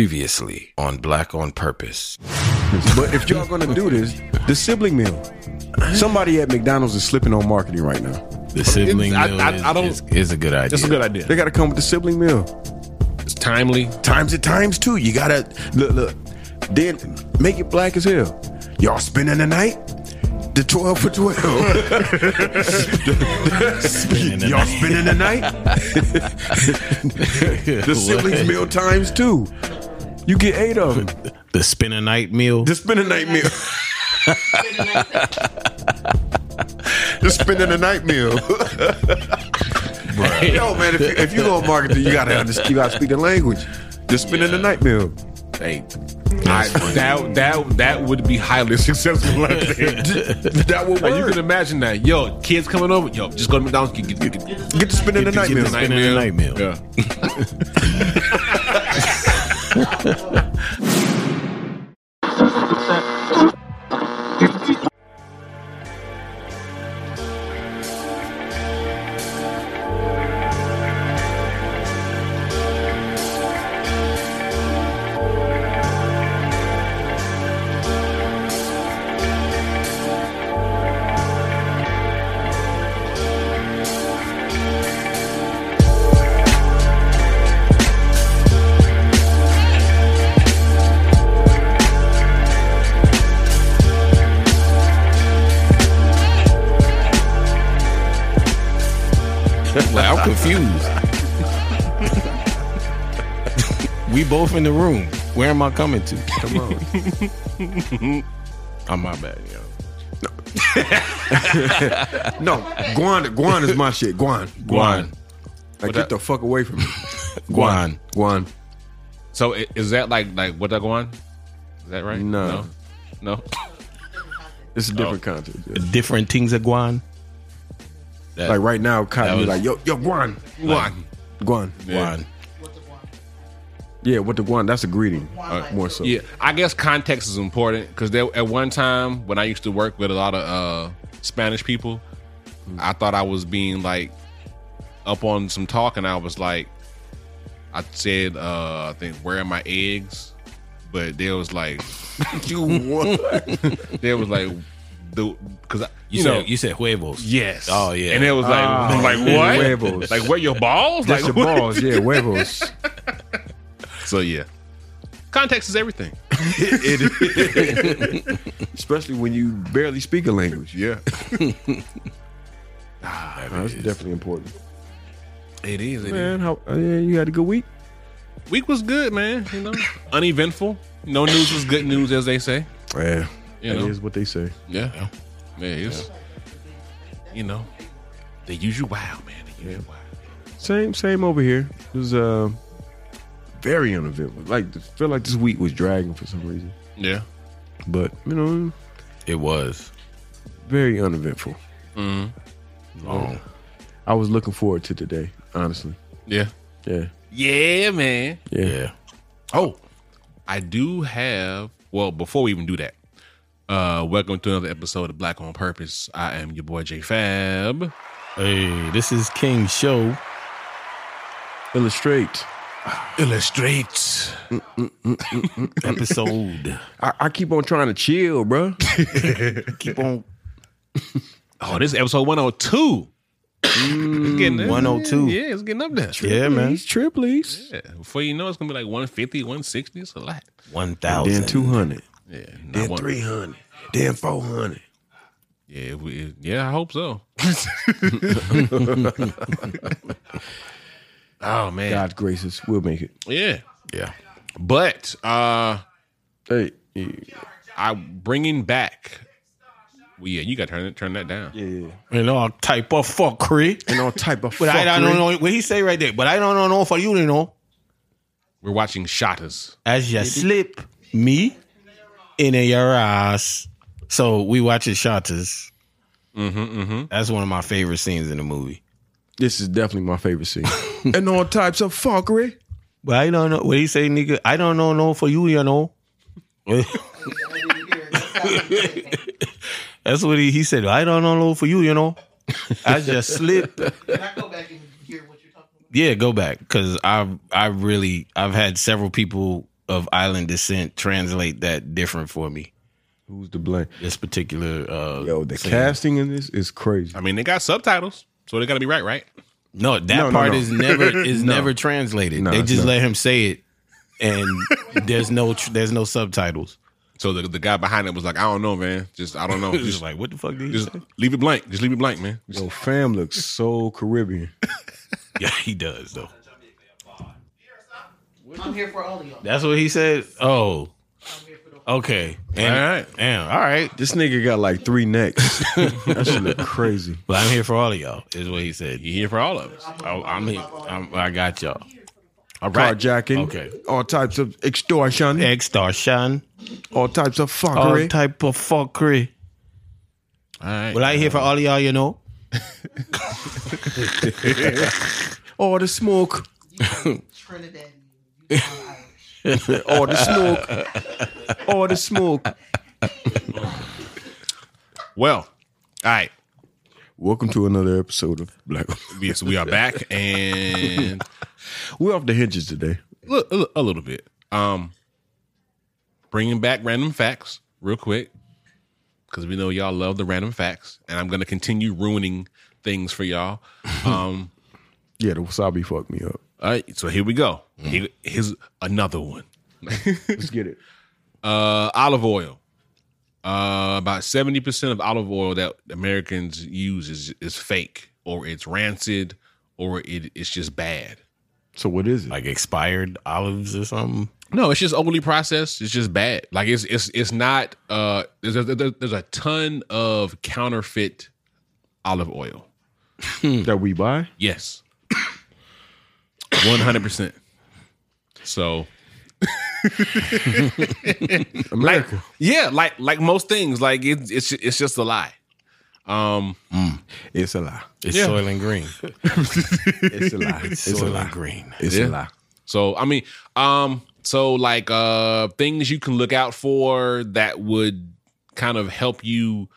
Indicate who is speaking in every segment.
Speaker 1: Previously on Black on Purpose.
Speaker 2: But if y'all gonna do this, the sibling meal. Somebody at McDonald's is slipping on marketing right now.
Speaker 3: The sibling
Speaker 4: I-
Speaker 3: meal
Speaker 4: I-
Speaker 3: is,
Speaker 4: I don't-
Speaker 3: is, is a good idea.
Speaker 4: That's a good idea.
Speaker 2: They gotta come with the sibling meal.
Speaker 4: It's timely.
Speaker 2: Times it times two. You gotta look look. Then make it black as hell. Y'all spending the night? The twelve for twelve.
Speaker 3: the
Speaker 2: Y'all spending the night? the siblings meal times two. You get eight of them.
Speaker 3: The spin a night meal.
Speaker 2: Just spend a night meal. Just spending a night meal. Yo, man, if you, if you go market, you gotta understand, you gotta speak the language. Just spending the night meal.
Speaker 4: Hey, I, that that that would be highly successful. Like that would Like, you
Speaker 2: work.
Speaker 4: can imagine that. Yo, kids coming over. Yo, just go to McDonald's. Get, get, get, get,
Speaker 2: Get to spending the night
Speaker 3: Get
Speaker 2: meal.
Speaker 3: the spin a night meal.
Speaker 4: Yeah.
Speaker 3: Like, I'm confused. we both in the room. Where am I coming to? Come on. I'm my bad, yo.
Speaker 2: No, Guan, Guan is my shit. Guan,
Speaker 4: Guan.
Speaker 2: like, get the fuck away from me,
Speaker 3: Guan.
Speaker 2: Guan.
Speaker 4: So i- is that like like what that going? Is that right?
Speaker 2: No.
Speaker 4: no. No?
Speaker 2: It's a different concept. yeah.
Speaker 3: Different things at Guan. That,
Speaker 2: Like right now, Cotton
Speaker 3: That
Speaker 2: be
Speaker 3: was-
Speaker 2: like, yo, yo, Guan,
Speaker 4: Like,
Speaker 2: Guan.
Speaker 3: Guan.
Speaker 2: Yeah, what the Guan? That's a greeting, more so.
Speaker 4: Yeah, I guess context is important because at one time when I used to work with a lot of uh, Spanish people, I thought I was being like up on some talk, and I was like, I said, uh, I think, where are my eggs? But they was like,
Speaker 2: You what?
Speaker 4: they was like, the because
Speaker 3: You,
Speaker 4: you,
Speaker 3: said
Speaker 4: know.
Speaker 3: you said huevos.
Speaker 4: Yes.
Speaker 3: Oh yeah.
Speaker 4: And it was like,
Speaker 2: Ah,
Speaker 4: like what?
Speaker 2: huevos.
Speaker 4: Like where your balls?
Speaker 2: That's
Speaker 4: like
Speaker 2: your balls. Yeah, huevos.
Speaker 4: So yeah, context is everything.
Speaker 2: Especially when you barely speak a language.
Speaker 4: Yeah,
Speaker 2: That's definitely important.
Speaker 4: it is. It is.
Speaker 2: Man, how? Uh, yeah, you had a good week.
Speaker 4: Week was good, man. You know, uneventful. No news was good news, as they say.
Speaker 2: Yeah,
Speaker 4: You
Speaker 2: that
Speaker 4: know,
Speaker 2: is what they say.
Speaker 4: yeah, yeah. it's, You know, the usual wow, man. The usual wow.
Speaker 2: Same, same over here. It was uh, very uneventful. Like, I feel like this week was dragging for some reason.
Speaker 4: Yeah,
Speaker 2: But you know,
Speaker 3: It was
Speaker 2: very uneventful. Oh.
Speaker 3: long.
Speaker 2: I was looking forward to today, honestly.
Speaker 4: yeah,
Speaker 2: Yeah,
Speaker 4: yeah, man.
Speaker 2: yeah.
Speaker 3: Yeah.
Speaker 4: Oh, I do have. Well, before we even do that, uh, welcome to another episode of Black on Purpose. I am your boy J Fab.
Speaker 3: Hey, this is King Show.
Speaker 2: Illustrate.
Speaker 4: Illustrates.
Speaker 3: episode.
Speaker 2: I, I keep on trying to chill, bro.
Speaker 3: Keep on
Speaker 4: Oh, this is episode one hundred two. it's getting there.
Speaker 3: 102.
Speaker 4: Yeah, it's getting up there.
Speaker 3: Yeah, man.
Speaker 2: triplies.
Speaker 4: Yeah, before you know, it's gonna be like 150, 160. It's a lot.
Speaker 3: One
Speaker 2: Then
Speaker 3: thousand.
Speaker 2: two hundred.
Speaker 4: Yeah, not
Speaker 2: Then
Speaker 4: one-
Speaker 2: three hundred. Then four hundred.
Speaker 4: Yeah, if we, yeah, I hope so. oh man,
Speaker 2: God's gracious, we'll make it.
Speaker 4: yeah.
Speaker 3: Yeah.
Speaker 4: But uh
Speaker 2: Hey, yeah,
Speaker 4: I bringing back. Well, yeah, you got to turn it, turn that down.
Speaker 2: yeah, yeah.
Speaker 3: And all type of fuckery.
Speaker 2: and all type of.
Speaker 3: But I, I don't
Speaker 2: fuckery.
Speaker 3: know what he say right there. But I don't know for you, you know.
Speaker 4: We're watching Shotters.
Speaker 3: As you slip me in your ass. So we watching Shotters. Mm-hmm, That's one of my favorite scenes in the movie.
Speaker 2: This is definitely my favorite scene. and all types of fuckery.
Speaker 3: But I don't know what he say, nigga. I don't know, no for you, you know. That's what he, he said. I don't know, no for you, you know. I just slip
Speaker 5: Can I go back and hear what you're talking about?
Speaker 3: Yeah, go back because I've I really I've had several people
Speaker 1: of island descent translate that different for me.
Speaker 2: Who's to blame?
Speaker 1: This particular uh
Speaker 2: Yo, the
Speaker 1: scene.
Speaker 2: casting in this is crazy.
Speaker 4: I mean, they got subtitles, so they got to be right, right?
Speaker 1: No, that
Speaker 2: No, no,
Speaker 1: part
Speaker 2: no.
Speaker 1: is never is never translated.
Speaker 2: No,
Speaker 1: they
Speaker 2: it's
Speaker 1: just
Speaker 2: not.
Speaker 1: let him say it, and there's no tr- there's no subtitles.
Speaker 4: So the, the guy behind it was like, I don't know, man. Just I don't know.
Speaker 1: It's just
Speaker 4: Just
Speaker 1: like what the fuck did he
Speaker 4: just
Speaker 1: say?
Speaker 4: leave it blank. Just leave it blank, man. Just-
Speaker 2: Yo, fam looks so Caribbean.
Speaker 1: Yeah, he does though.
Speaker 5: I'm here for all of y'all.
Speaker 1: That's what he said. Oh,
Speaker 5: I'm here for the
Speaker 1: okay. And,
Speaker 4: All right.
Speaker 1: and- all right.
Speaker 2: This nigga got like three necks. that shit look crazy.
Speaker 1: But I'm here for all of y'all. Is what he said.
Speaker 4: You here for all of us?
Speaker 1: I, I'm here. I'm, I got y'all.
Speaker 2: All right. Carjacking.
Speaker 1: Okay.
Speaker 2: All types of extortion.
Speaker 1: Extortion.
Speaker 2: all types of
Speaker 1: All
Speaker 2: fuckery.
Speaker 1: type of fuckery.
Speaker 4: All right.
Speaker 1: Well, I here for all of y'all. You know.
Speaker 2: all the smoke.
Speaker 5: Trinidad. You are Irish.
Speaker 2: All the smoke. all the smoke.
Speaker 4: well, all right.
Speaker 2: Welcome to another episode of Black.
Speaker 4: Yes, we are back and
Speaker 2: We're off the hinges today.
Speaker 4: look a li- a little bit. Um, bringing back random facts real quick because we know y'all love the random facts, and I'm gonna continue ruining things for y'all. Um,
Speaker 2: Yeah, the wasabi fucked me up.
Speaker 4: all right, so here we go. Here- here's another one.
Speaker 2: Let's get it.
Speaker 4: Uh, olive oil. Uh, about seventy percent of olive oil that Americans use is is fake, or it's rancid, or it, it's just bad.
Speaker 2: So what is it?
Speaker 1: Like expired olives or something.
Speaker 4: No, it's just overly processed. It's just bad. Like it's it's it's not. Uh, there's a, there's there's a ton of counterfeit olive oil.
Speaker 2: that we buy?
Speaker 4: Yes, one hundred percent. So
Speaker 2: America.
Speaker 4: yeah, like like most things, like it's it's it's just a lie. Um,
Speaker 2: It's a lie.
Speaker 1: It's
Speaker 4: Yeah.
Speaker 1: soil and green.
Speaker 2: It's a lie. It's a
Speaker 1: soil and
Speaker 2: lie.
Speaker 1: green.
Speaker 2: It's
Speaker 4: Yeah.
Speaker 2: a lie.
Speaker 4: So I mean, um, so like uh things you can look out for that would kind of help you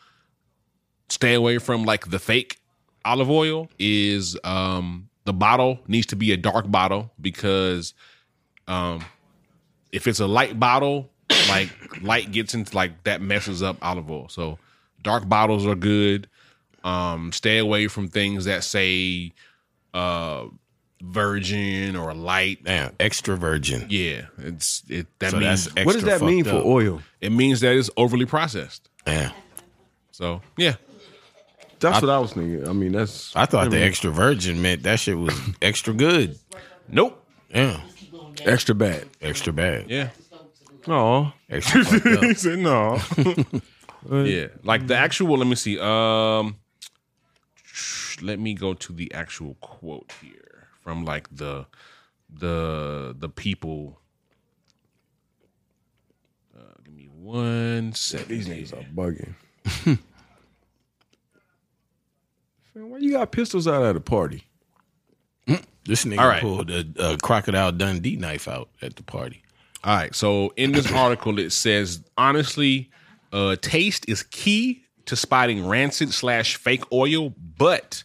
Speaker 4: stay away from like the fake olive oil is um the bottle needs to be a dark bottle because um if it's a light bottle, like light gets into like that messes up olive oil. So dark bottles are good. Um stay away from things that say uh virgin or light
Speaker 1: Damn, extra virgin.
Speaker 4: yeah, it's it. That
Speaker 1: So
Speaker 4: means
Speaker 1: that's extra
Speaker 2: What does that mean for
Speaker 1: fucked up.
Speaker 2: oil?
Speaker 4: it means that it's overly processed.
Speaker 1: Damn.
Speaker 4: So yeah,
Speaker 2: That's what I was thinking. I mean, that's
Speaker 1: I thought the extra virgin meant that shit was extra good.
Speaker 4: nope.
Speaker 1: Yeah,
Speaker 2: extra bad.
Speaker 1: extra bad.
Speaker 4: Yeah,
Speaker 2: Oh,
Speaker 1: Extra fucked up.
Speaker 4: said no. yeah, like the actual. Let me see. Um, let me go to the actual quote here from like the the the people. Uh, give me one second.
Speaker 2: these niggas are bugging. Man, why you got pistols out at a party?
Speaker 1: This nigga
Speaker 4: All right.
Speaker 1: pulled a, a crocodile Dundee knife out at the party.
Speaker 4: All right. So in this article, it says honestly, uh, taste is key to spotting rancid slash fake oil, but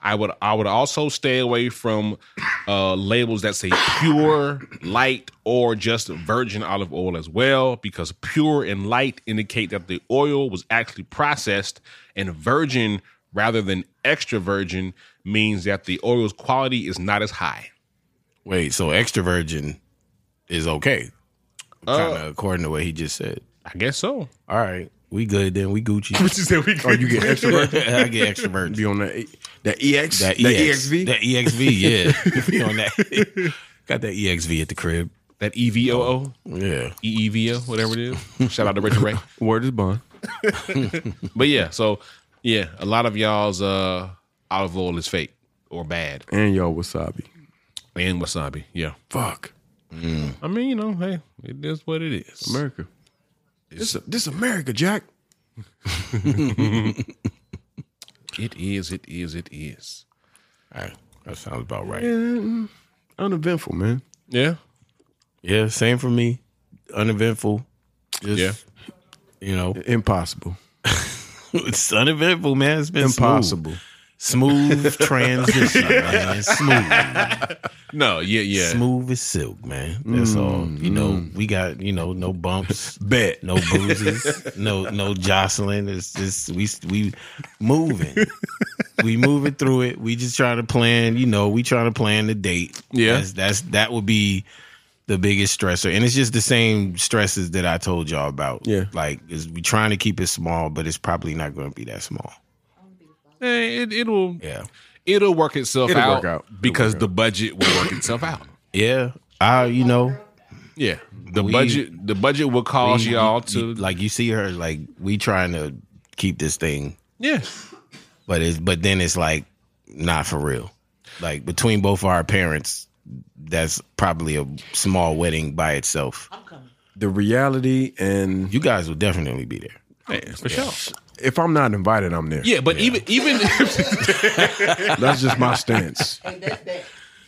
Speaker 4: I would I would also stay away from uh, labels that say pure, light, or just virgin olive oil as well, because pure and light indicate that the oil was actually processed, and virgin rather than extra virgin means that the oil's quality is not as high.
Speaker 1: Wait, so extra virgin is okay? Kind of according to what he just said.
Speaker 4: I guess so.
Speaker 1: All right, we good then. We Gucci.
Speaker 2: Oh, you get extra virgin?
Speaker 1: I get extra virgin.
Speaker 2: Be on that E- that E EX
Speaker 1: That, EX,
Speaker 2: EXV.
Speaker 1: That EXV. Yeah, Be on that. Got that EXV at the crib.
Speaker 4: That E EVOO.
Speaker 1: Yeah.
Speaker 4: E EEVO, whatever it is. Shout out to Richard Ray.
Speaker 2: Word is bond.
Speaker 4: But yeah, so yeah, a lot of y'all's uh olive oil is fake or bad.
Speaker 2: And y'all wasabi.
Speaker 4: And wasabi. Yeah.
Speaker 2: Fuck
Speaker 4: I mean, you know, hey, it is what it is.
Speaker 2: America. This this America, Jack.
Speaker 4: It is, it is, it is.
Speaker 1: All right. That sounds about right.
Speaker 2: And uneventful, man.
Speaker 4: Yeah.
Speaker 1: Yeah, same for me. Uneventful. Just,
Speaker 4: Yeah.
Speaker 1: You know,
Speaker 2: Impossible.
Speaker 1: it's uneventful, man. It's been smooth.
Speaker 2: Impossible.
Speaker 3: Smooth transition, man. Smooth.
Speaker 4: No, yeah, yeah.
Speaker 3: Smooth as silk, man. That's all. You know, we got, you know, no bumps.
Speaker 2: Bet.
Speaker 3: No bruises, no no jostling. It's just we we moving, we moving through it. We just trying to plan. You know, we trying to plan the date.
Speaker 4: Yeah.
Speaker 3: that's, that's that would be the biggest stressor, and it's just the same stresses that I told y'all about.
Speaker 2: Yeah.
Speaker 3: like is we trying to keep it small, but it's probably not going to be that small.
Speaker 4: Eh, it, it'll
Speaker 3: Yeah,
Speaker 4: it'll work itself
Speaker 2: It'll
Speaker 4: out,
Speaker 2: work out. It'll
Speaker 4: because
Speaker 2: work
Speaker 4: the budget will work itself out.
Speaker 3: yeah. I you know
Speaker 4: Yeah, the
Speaker 3: We-
Speaker 4: budget the budget will cause
Speaker 3: we-
Speaker 4: y'all
Speaker 3: you-
Speaker 4: to
Speaker 3: like you see her like we trying to keep this thing
Speaker 4: yeah
Speaker 3: but it's but then it's like not for real. Like between both of our parents, that's probably a small wedding by itself.
Speaker 5: I'm coming.
Speaker 2: The reality and
Speaker 3: You guys will definitely be there.
Speaker 4: Yeah, for sure.
Speaker 2: if I'm not invited, I'm there.
Speaker 4: Yeah, but even even if,
Speaker 2: That's just my stance.
Speaker 5: Hey,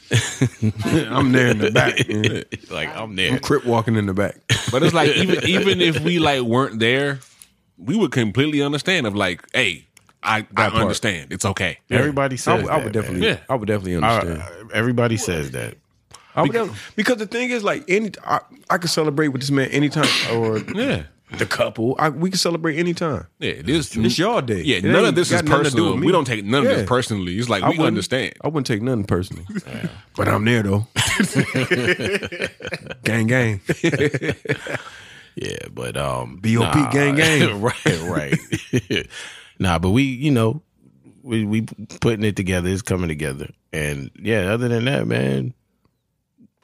Speaker 5: that's that.
Speaker 2: I'm there in the back. man.
Speaker 3: Like I'm there.
Speaker 2: Crip walking in the back.
Speaker 4: but it's like even even if we like weren't there, we would completely understand. Of like, hey, I I
Speaker 2: part.
Speaker 4: understand. It's okay.
Speaker 3: Everybody
Speaker 2: I,
Speaker 3: says
Speaker 2: would- I would
Speaker 3: that, man.
Speaker 2: definitely.
Speaker 4: Yeah.
Speaker 2: I would definitely understand.
Speaker 3: I- everybody says that.
Speaker 2: I would def- because the thing is, like any, I, I could celebrate with this man anytime, or
Speaker 4: Yeah,
Speaker 2: the couple. I, we can celebrate anytime.
Speaker 4: yeah. This
Speaker 2: It's your day.
Speaker 4: Yeah,
Speaker 2: It
Speaker 4: none of
Speaker 2: ain't
Speaker 4: this is
Speaker 2: got nothing to do
Speaker 4: personal.
Speaker 2: with me.
Speaker 4: We don't take none of
Speaker 2: Yeah.
Speaker 4: this personally. It's like we
Speaker 2: wouldn't-
Speaker 4: understand.
Speaker 2: I wouldn't take nothing personally, but I'm there though. gang, gang.
Speaker 3: Yeah, but um
Speaker 2: B.O.P.
Speaker 3: nah.
Speaker 2: gang, gang.
Speaker 3: right, right. nah, but we, you know, we we putting it together, it's coming together. And yeah, other than that, man,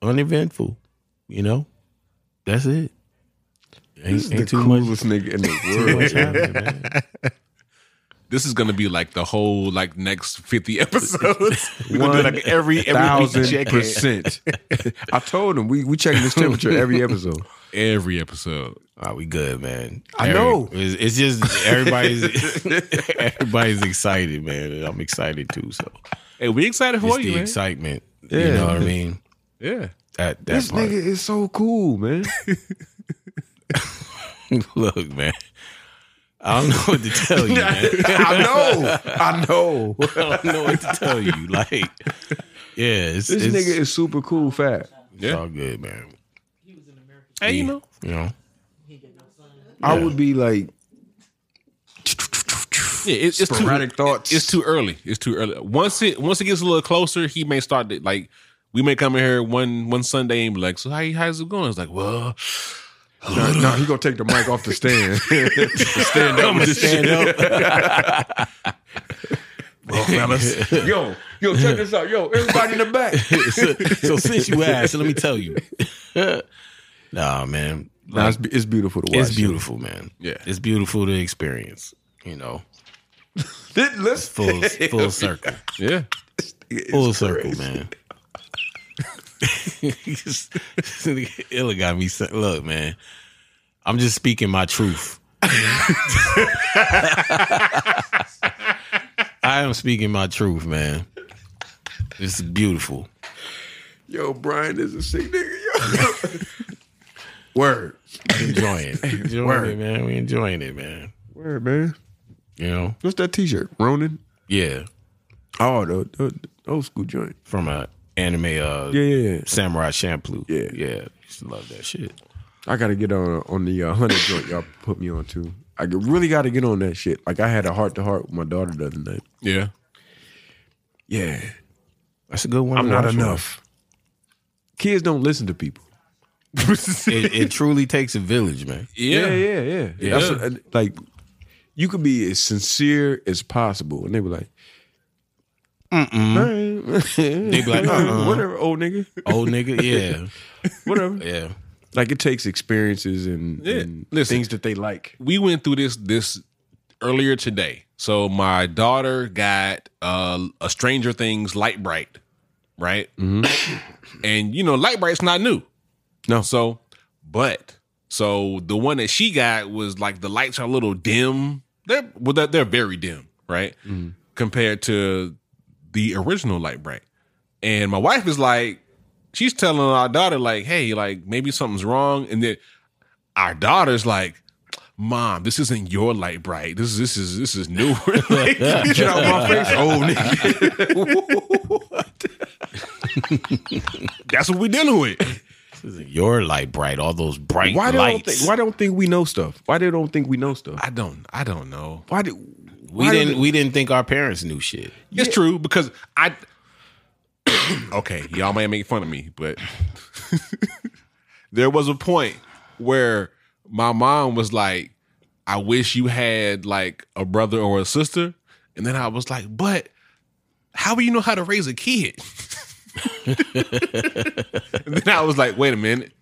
Speaker 3: uneventful. You know? That's it. Ain't, ain't too much
Speaker 2: Coolest nigga in the
Speaker 3: too
Speaker 2: world.
Speaker 3: much happening, man.
Speaker 4: This is gonna be like the whole like next fifty episodes. We're gonna do
Speaker 2: One
Speaker 4: like every every
Speaker 2: Thousand
Speaker 4: check
Speaker 2: percent. I told him we we checking this temperature every episode.
Speaker 4: every episode.
Speaker 3: Oh, we good, man.
Speaker 2: I know.
Speaker 3: It's, it's just everybody's everybody's excited, man. And I'm excited too. So
Speaker 4: Hey, we excited for
Speaker 3: it's
Speaker 4: you,
Speaker 3: the
Speaker 4: man.
Speaker 3: excitement. You
Speaker 2: Yeah.
Speaker 3: know what I mean?
Speaker 4: yeah.
Speaker 3: That that
Speaker 2: This
Speaker 3: part.
Speaker 2: nigga is so cool, man.
Speaker 3: Look, man. I don't know what to tell you, man.
Speaker 2: I know. I know.
Speaker 3: I don't know what to tell you. Like, yeah, it's,
Speaker 2: This
Speaker 3: it's,
Speaker 2: nigga is super cool, fat.
Speaker 3: it's all good, man.
Speaker 4: Hey, you know,
Speaker 3: You know,
Speaker 2: I would be like
Speaker 4: yeah, it's, it's too
Speaker 2: sporadic thoughts.
Speaker 4: it's too early. It's too early. Once it once it gets a little closer, he may start to, like we may come in here one one Sunday and be like, so how you- how's it going? It's like, well,
Speaker 2: No, no, he gonna take the mic off the stand.
Speaker 4: stand up, with this shit. well, fellas,
Speaker 2: yo, yo, check this out. Yo, everybody in the back.
Speaker 3: so, so since you asked, let me tell you. nah, man,
Speaker 2: Nah, it's, be- it's beautiful to watch.
Speaker 3: it's beautiful, man.
Speaker 4: Yeah.
Speaker 3: it's beautiful to experience. You know,
Speaker 2: Th- Let's
Speaker 3: full full circle,
Speaker 4: yeah,
Speaker 3: full circle, man. Illa got me. sa- Look, man, I'm just speaking my truth. I am speaking my truth, man. It's beautiful.
Speaker 2: Yo, Brian is a sick nigga. Yo. Word.
Speaker 3: Enjoying, it. enjoying
Speaker 2: Word.
Speaker 3: it, man. We enjoying it, man.
Speaker 2: Word, man.
Speaker 3: You know,
Speaker 2: What's that t-shirt? Ronin?
Speaker 3: yeah,
Speaker 2: Oh, the, the, the old school joint.
Speaker 3: from a anime,
Speaker 2: Yeah,
Speaker 3: uh,
Speaker 2: yeah, yeah.
Speaker 3: Samurai Champloo.
Speaker 2: Yeah.
Speaker 3: yeah, just love that shit.
Speaker 2: I gotta get on on the uh, hunter joint y'all put me on too. I g- really gotta get on that shit. Like I had a heart to heart with my daughter the other night.
Speaker 4: yeah.
Speaker 2: Yeah.
Speaker 3: That's a good one.
Speaker 2: I'm
Speaker 3: to
Speaker 2: not
Speaker 3: watch, man.
Speaker 2: enough. Kids don't listen to people.
Speaker 3: it, it truly takes a village, man.
Speaker 4: Yeah.
Speaker 2: yeah, yeah. yeah. That's what- and, like you could be as sincere as possible, and they were like, "Mm-mm."
Speaker 3: They be like, uh-uh.
Speaker 2: whatever, old nigga,
Speaker 3: Old nigga, yeah,
Speaker 2: whatever.
Speaker 3: yeah.
Speaker 2: Like it takes experiences and,
Speaker 4: Yeah.
Speaker 2: and
Speaker 4: Listen.
Speaker 2: things that they like.
Speaker 4: we went through this this earlier today. So my daughter got uh, a Stranger Things light bright, right? and you know, light bright's not new.
Speaker 2: No.
Speaker 4: So, but so the one that she got was like the lights are a little dim. They're well, they're, they're very dim, right? Compared to the original light bright. And my wife is like, she's telling our daughter like, hey, like maybe something's wrong, and then our daughter's like, Mom, this isn't your light bright. This is this is this is newer. like, get out my face, old nigga.
Speaker 3: Oh,
Speaker 4: What? That's what we dealing with.
Speaker 3: This is your light bright. All those bright
Speaker 2: Why they don't
Speaker 3: lights.
Speaker 2: think, why they don't think we know stuff? Why they don't think we know stuff?
Speaker 4: I don't I don't know.
Speaker 2: Why do
Speaker 3: we
Speaker 2: why do
Speaker 3: didn't.
Speaker 2: they-
Speaker 3: We didn't think our parents knew shit.
Speaker 4: It's true because I. okay, y'all may make fun of me, but there was a point where my mom was like, "I wish you had like a brother or a sister," and then I was like, "But how do you know how to raise a kid?" and then I was like, "Wait a minute."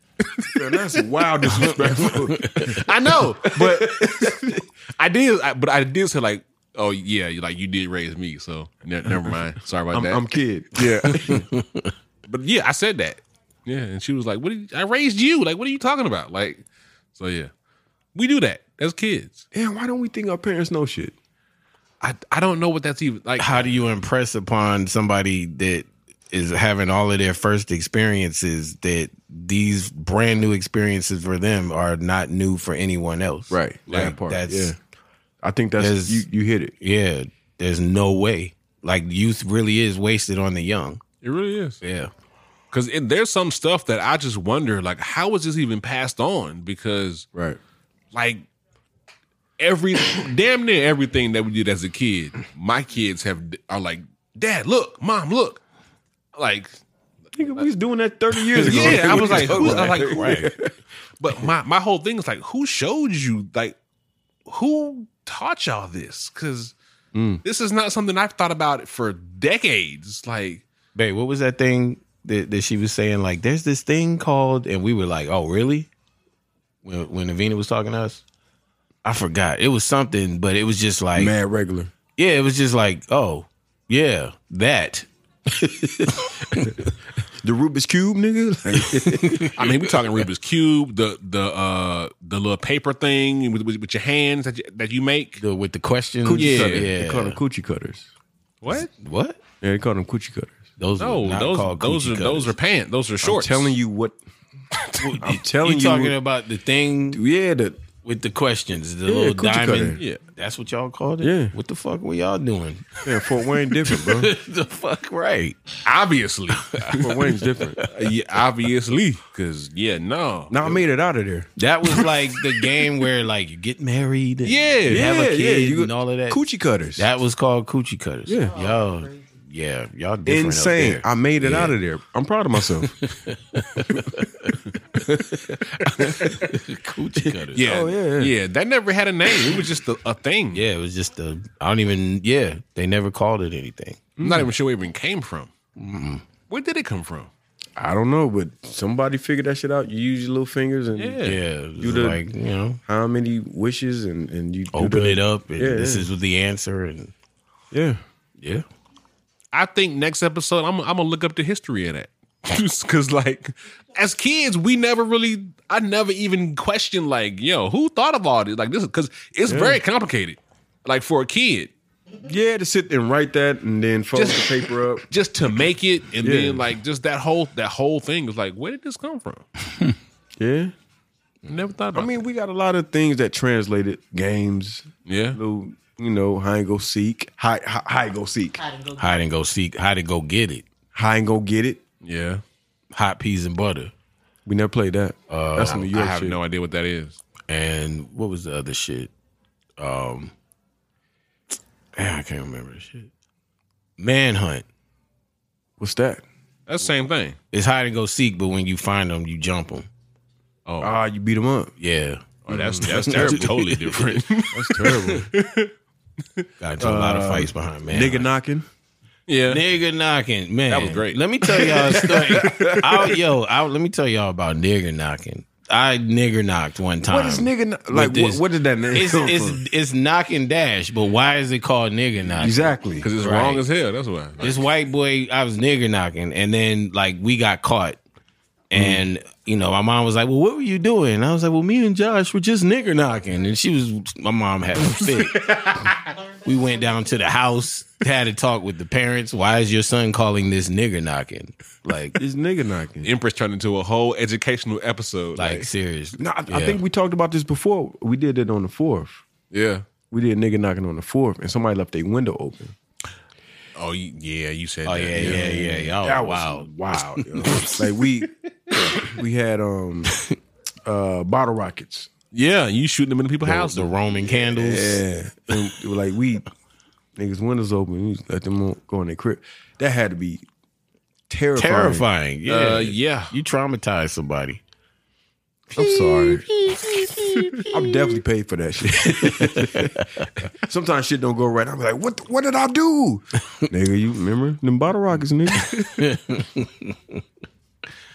Speaker 2: that's wild disrespectful.
Speaker 4: I know, but I did. I, but I did say like, "Oh yeah, you like you did raise me." So ne- never mind. Sorry about
Speaker 2: I'm,
Speaker 4: that.
Speaker 2: I'm kid. Yeah.
Speaker 4: But yeah, I said that. Yeah, and she was like, "What? Did, I raised you. Like, what are you talking about?" Like, so yeah, we do that as kids.
Speaker 2: Damn, why don't we think our parents know shit?
Speaker 4: I I don't know what that's even like.
Speaker 3: How do you impress upon somebody that is having all of their first experiences that these brand new experiences for them are not new for anyone else?
Speaker 2: Right.
Speaker 3: Like,
Speaker 2: that part.
Speaker 3: That's,
Speaker 2: yeah. I think that's
Speaker 3: There's-
Speaker 2: you, you hit it.
Speaker 3: Yeah, there's no way. Like youth really is wasted on the young.
Speaker 4: It really is
Speaker 3: Yeah.
Speaker 4: because there's some stuff that I just wonder, like, how is this even passed on? Because
Speaker 2: Right.
Speaker 4: like every damn near everything that we did as a kid, my kids have are like, Dad, look, Mom, look, like
Speaker 2: Nigga, we was doing that 30 years ago.
Speaker 4: Yeah, I was like,
Speaker 2: What
Speaker 4: who,
Speaker 2: you
Speaker 4: I was
Speaker 2: talking
Speaker 4: like, right. But my my whole thing is like, who showed you? Like, who taught y'all this? Because this is not something I've thought about for decades. Like,
Speaker 3: Babe, what was that thing that, that she was saying? Like, there's this thing called, and we were like, oh, really? When when Avena was talking to us, I forgot. It was something, but it was just like,
Speaker 2: about? Mad regular.
Speaker 3: yeah, it was just like, oh, yeah, that.
Speaker 2: The Rubik's Cube, nigga? Like,
Speaker 4: I mean, we're talking Rubik's cube, the the uh the little paper thing with, with, with your hands that you, that you make.
Speaker 3: The, with the questions.
Speaker 2: coochie
Speaker 3: yeah.
Speaker 2: cutter. They call them
Speaker 3: yeah.
Speaker 2: coochie cutters.
Speaker 4: What?
Speaker 3: What?
Speaker 2: Yeah, they call them coochie cutters.
Speaker 3: Those
Speaker 4: No,
Speaker 3: are not
Speaker 4: those
Speaker 3: called
Speaker 4: those are
Speaker 3: coochie
Speaker 4: those are
Speaker 3: cutters.
Speaker 4: pants. Those are shorts.
Speaker 2: I'm telling you what. I'm telling
Speaker 3: You
Speaker 2: you.
Speaker 3: talking about the thing
Speaker 2: yeah, the,
Speaker 3: with the questions, the
Speaker 2: Yeah,
Speaker 3: little
Speaker 2: coochie cutter.
Speaker 3: diamond.
Speaker 4: Yeah.
Speaker 3: That's what y'all called it?
Speaker 2: Yeah.
Speaker 3: What the fuck were y'all doing?
Speaker 2: yeah, Fort Wayne different, bro.
Speaker 3: the fuck right.
Speaker 4: obviously,
Speaker 2: Fort Wayne's different.
Speaker 4: yeah, obviously, because yeah, no,
Speaker 2: Now I made it out of there.
Speaker 3: That was like the game where like you get married and
Speaker 4: Yeah,
Speaker 3: you have a
Speaker 2: yeah,
Speaker 3: kid
Speaker 2: yeah, you-
Speaker 3: and all of that.
Speaker 2: Coochie cutters.
Speaker 3: That was called coochie cutters.
Speaker 2: Yeah.
Speaker 3: Y'all yeah, y'all different
Speaker 2: Insane.
Speaker 3: up there.
Speaker 2: I made it out of there. I'm proud of myself.
Speaker 3: coochie cutters.
Speaker 4: Yeah,
Speaker 2: Oh, yeah, yeah.
Speaker 4: That never had a name. It was just a, a thing.
Speaker 3: Yeah, it was just a I don't even yeah, they never called it anything.
Speaker 4: I'm not even sure where it even came from. Where did it come from?
Speaker 2: I don't know, but somebody figured that shit out. You use your little fingers and
Speaker 4: Yeah.
Speaker 3: Yeah. it was
Speaker 2: You done-
Speaker 3: like, you know,
Speaker 2: how many wishes and and you do
Speaker 3: open
Speaker 2: the-
Speaker 3: it up and
Speaker 2: Yeah,
Speaker 3: this
Speaker 2: yeah.
Speaker 3: is the answer and
Speaker 2: Yeah,
Speaker 3: yeah.
Speaker 4: I think next episode I'm I'm gonna look up the history of that because like as kids we never really I never even questioned like yo who thought of all this like this because it's very complicated like for a kid
Speaker 2: yeah, to sit and write that and then fold
Speaker 4: Just-
Speaker 2: the paper up.
Speaker 4: just to make it and
Speaker 2: Yeah.
Speaker 4: then like just that whole that whole thing is like where did this come from?
Speaker 2: Yeah,
Speaker 4: Never thought. About
Speaker 2: I mean we got a lot of things that translated games.
Speaker 4: yeah,
Speaker 2: Little, you know, high and go seek, high high, high and go seek,
Speaker 1: I didn't go get
Speaker 3: Hide and go seek hide and go get it.
Speaker 2: high and go get it.
Speaker 4: yeah.
Speaker 3: Hot peas and butter.
Speaker 2: We never played that. Uh, That's some New York
Speaker 4: I have
Speaker 2: shit.
Speaker 4: no idea what that is.
Speaker 3: and what was the other shit? Um, man, I can't remember the shit. Manhunt.
Speaker 2: What's that?
Speaker 4: That's the same thing.
Speaker 3: It's hide and go seek, but when you find them, you jump them.
Speaker 2: Ah, you beat them up.
Speaker 3: Yeah,
Speaker 4: Oh, that's that's terrible. totally different.
Speaker 2: That's terrible.
Speaker 3: got into a lot of fights behind man.
Speaker 2: Nigga knocking.
Speaker 4: yeah.
Speaker 3: Nigga knocking, man.
Speaker 4: That was great.
Speaker 3: Let me tell y'all a story. I, yo, I, let me tell y'all about nigger knocking. I nigger knocked one time.
Speaker 2: What is nigga kno- like? What,
Speaker 3: this-
Speaker 2: what did that name
Speaker 3: It's
Speaker 2: come
Speaker 3: it's
Speaker 2: from?
Speaker 3: it's knock and dash, but why is it called nigger knocking?
Speaker 2: Exactly.
Speaker 4: Because it's
Speaker 3: Right.
Speaker 4: wrong as hell. That's why.
Speaker 3: This white boy, I was nigger knocking, and then like we got caught, And you know, my mom was like, "Well, what were you doing?" And I was like, "Well, me and Josh were just nigger knocking." And she was, my mom had a fit. we went down to the house, had a talk with the parents. Why is your son calling this nigger knocking? Like,
Speaker 2: This nigga knocking.
Speaker 4: Empress turned into a whole educational episode.
Speaker 3: like seriously?
Speaker 2: No, I, I
Speaker 3: Yeah.
Speaker 2: think we talked about this before. We did it on the fourth.
Speaker 4: yeah.
Speaker 2: We did nigga knocking on the fourth, and somebody left their window open.
Speaker 4: Oh, you- yeah. You said.
Speaker 3: Oh
Speaker 4: that.
Speaker 3: yeah, yeah, yeah, yeah. Oh,
Speaker 2: That was
Speaker 3: wow.
Speaker 2: wild. yo. like we we had um uh bottle rockets.
Speaker 4: Yeah, you shooting them in people's houses.
Speaker 3: The Roman candles.
Speaker 2: Yeah, and it was like we niggas windows open, we just let them on- go in their crib. That had to be terrifying.
Speaker 3: Terrifying. Yeah.
Speaker 4: Uh, yeah.
Speaker 3: You traumatized somebody.
Speaker 2: I'm sorry. I'm definitely paid for that shit. Sometimes shit don't go right. I'm like, what? the- what did I do, nigga? You remember them bottle rockets, nigga?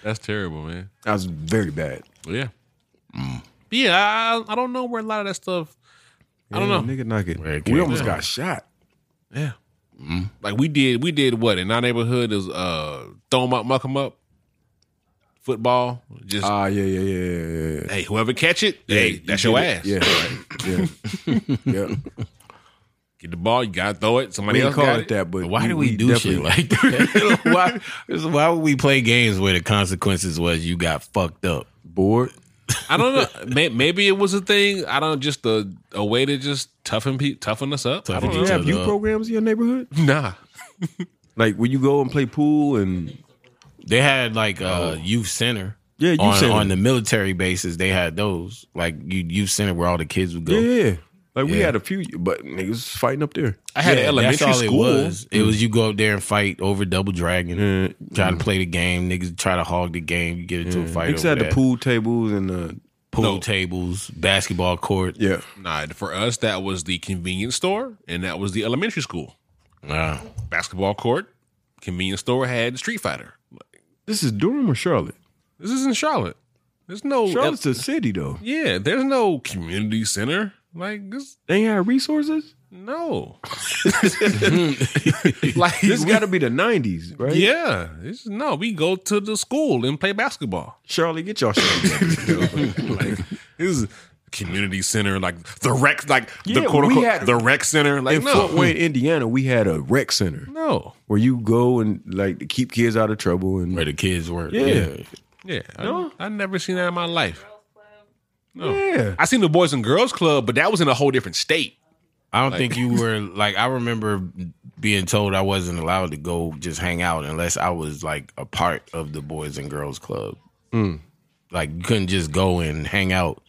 Speaker 4: That's terrible, man.
Speaker 2: That was very bad.
Speaker 4: But yeah. But yeah, I, I don't know where a lot of that stuff. I don't
Speaker 2: Yeah,
Speaker 4: know.
Speaker 2: nigga. Knock it.
Speaker 3: Where it
Speaker 2: We
Speaker 3: came
Speaker 2: almost
Speaker 3: from.
Speaker 2: got shot.
Speaker 4: Yeah. Like we did, we did what in our neighborhood is uh throw 'em up, muck 'em up, football. Just
Speaker 2: Ah, yeah, yeah, yeah, yeah, yeah.
Speaker 4: hey, whoever catch it, hey, that's your ass.
Speaker 2: Yeah, right. yeah, yeah.
Speaker 4: Get the ball, you gotta throw it.
Speaker 2: We
Speaker 4: Somebody
Speaker 2: didn't
Speaker 4: else
Speaker 2: call
Speaker 4: got
Speaker 2: it that, but
Speaker 3: Why do we, do shit
Speaker 2: definitely-
Speaker 3: like that? why, why would we play games where the consequences was you got fucked up?
Speaker 2: bored?
Speaker 4: I don't know. May- Maybe it was a thing. I don't just a, a way to just toughen pe- toughen us up. I
Speaker 3: Toughen
Speaker 4: don't
Speaker 2: You
Speaker 3: each
Speaker 4: know.
Speaker 2: have
Speaker 3: other
Speaker 2: youth
Speaker 3: up.
Speaker 2: programs in your neighborhood?
Speaker 4: Nah,
Speaker 2: Like when you go and play pool and
Speaker 3: They had like a youth center.
Speaker 2: Oh. Yeah, youth
Speaker 3: on,
Speaker 2: center.
Speaker 3: on the military bases. They had those like you youth center where all the kids would go.
Speaker 2: yeah, yeah. like we
Speaker 3: Yeah.
Speaker 2: had a few, but niggas was fighting up there.
Speaker 4: I had an
Speaker 3: that's
Speaker 4: elementary
Speaker 3: all
Speaker 4: school.
Speaker 3: It was.
Speaker 2: Mm.
Speaker 3: it was you go up there and fight over double dragon, try to play the game. Niggas try to hog the game. You get into a fight.
Speaker 2: Niggas
Speaker 3: Over
Speaker 2: had
Speaker 3: that.
Speaker 2: the pool tables and uh,
Speaker 3: pool tables, basketball court.
Speaker 2: yeah.
Speaker 4: Nah, for us that was the convenience store, and that was the elementary school
Speaker 3: Wow.
Speaker 4: basketball court. Convenience store had Street Fighter.
Speaker 2: This is Durham or Charlotte?
Speaker 4: This is in Charlotte. There's no
Speaker 2: Charlotte's a city though.
Speaker 4: Yeah, there's no community center. Like this
Speaker 2: They ain't had resources.
Speaker 4: no. like
Speaker 2: This
Speaker 4: we-
Speaker 2: got to be the '90s, right?
Speaker 4: Yeah. It's, no, we go to the school and play basketball.
Speaker 2: Charlotte, get y'all shit. together.
Speaker 4: Like this is community center, like the rec like
Speaker 2: Yeah,
Speaker 4: the quote
Speaker 2: we
Speaker 4: unquote
Speaker 2: had-
Speaker 4: the rec center. Like
Speaker 2: In
Speaker 4: no.
Speaker 2: Fort Wayne, Indiana, we had a rec center
Speaker 4: No.
Speaker 2: where you go and like to keep kids out of trouble and
Speaker 3: Where the kids were.
Speaker 2: Yeah.
Speaker 4: Yeah. I, I never seen that in my life. No.
Speaker 2: yeah.
Speaker 4: I seen the Boys and Girls Club, but that was in a whole different state.
Speaker 3: I don't think you were like I remember being told I wasn't allowed to go just hang out unless I was like a part of the Boys and Girls Club. Like you couldn't just go and hang out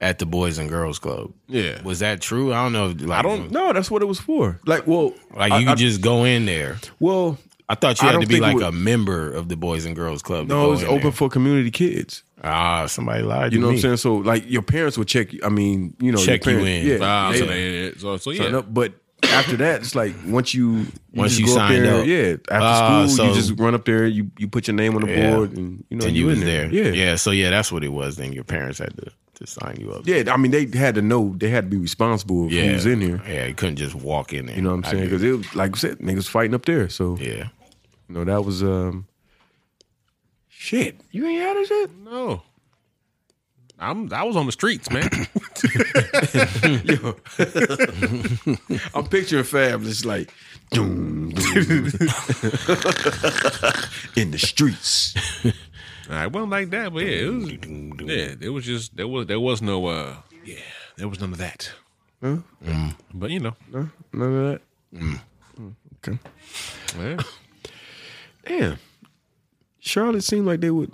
Speaker 3: at the Boys and Girls Club.
Speaker 4: Yeah.
Speaker 3: Was that true? I don't know. if, Like, I
Speaker 4: don't-
Speaker 2: No, that's what it was for. Like, well,
Speaker 3: Like
Speaker 2: I-
Speaker 3: you
Speaker 2: I-
Speaker 3: could just go in there.
Speaker 2: well,
Speaker 3: I thought you
Speaker 2: I
Speaker 3: had to
Speaker 2: don't
Speaker 3: be
Speaker 2: think it
Speaker 3: like
Speaker 2: would-
Speaker 3: a member of the Boys and Girls Club. to
Speaker 2: no,
Speaker 3: go
Speaker 2: it was
Speaker 3: in
Speaker 2: open
Speaker 3: there.
Speaker 2: for community kids.
Speaker 3: ah. Somebody lied.
Speaker 2: You know
Speaker 3: to
Speaker 2: what
Speaker 3: me.
Speaker 2: I'm saying? So, like, your parents would check. you. I mean, you know, your
Speaker 3: Check you
Speaker 2: parents-
Speaker 3: in.
Speaker 2: Yeah,
Speaker 4: Ah,
Speaker 2: they-
Speaker 4: so, they- so, so yeah.
Speaker 2: sign up. But after that, it's like once you, you
Speaker 3: Once
Speaker 2: just
Speaker 3: you
Speaker 2: go up
Speaker 3: signed
Speaker 2: there,
Speaker 3: up.
Speaker 2: yeah.
Speaker 3: Ah,
Speaker 2: After school, you
Speaker 3: so-
Speaker 2: just run up there. You you put your name on the
Speaker 3: Yeah.
Speaker 2: board, and you know,
Speaker 3: and you was
Speaker 2: in
Speaker 3: there.
Speaker 2: Yeah.
Speaker 3: Yeah. So yeah, that's what it was. Then your parents had to to sign you up.
Speaker 2: yeah, I mean, they had to know they had to be responsible of who was in here.
Speaker 3: Yeah, you couldn't just walk in there.
Speaker 2: You know what I'm saying? Because it was like I said, niggas fighting up there. So
Speaker 3: Yeah.
Speaker 2: you know that was um shit. You ain't had that shit.
Speaker 4: No. I'm I was on the streets, man.
Speaker 2: I'm picturing Fab just like doom, doom. in the streets.
Speaker 4: I wasn't like that, but yeah, it was yeah, it was just there was there was no uh yeah, there was none of that. Mm. But you know,
Speaker 2: None of that. Mm. Okay.
Speaker 4: yeah.
Speaker 2: Damn. Charlotte seemed like they would.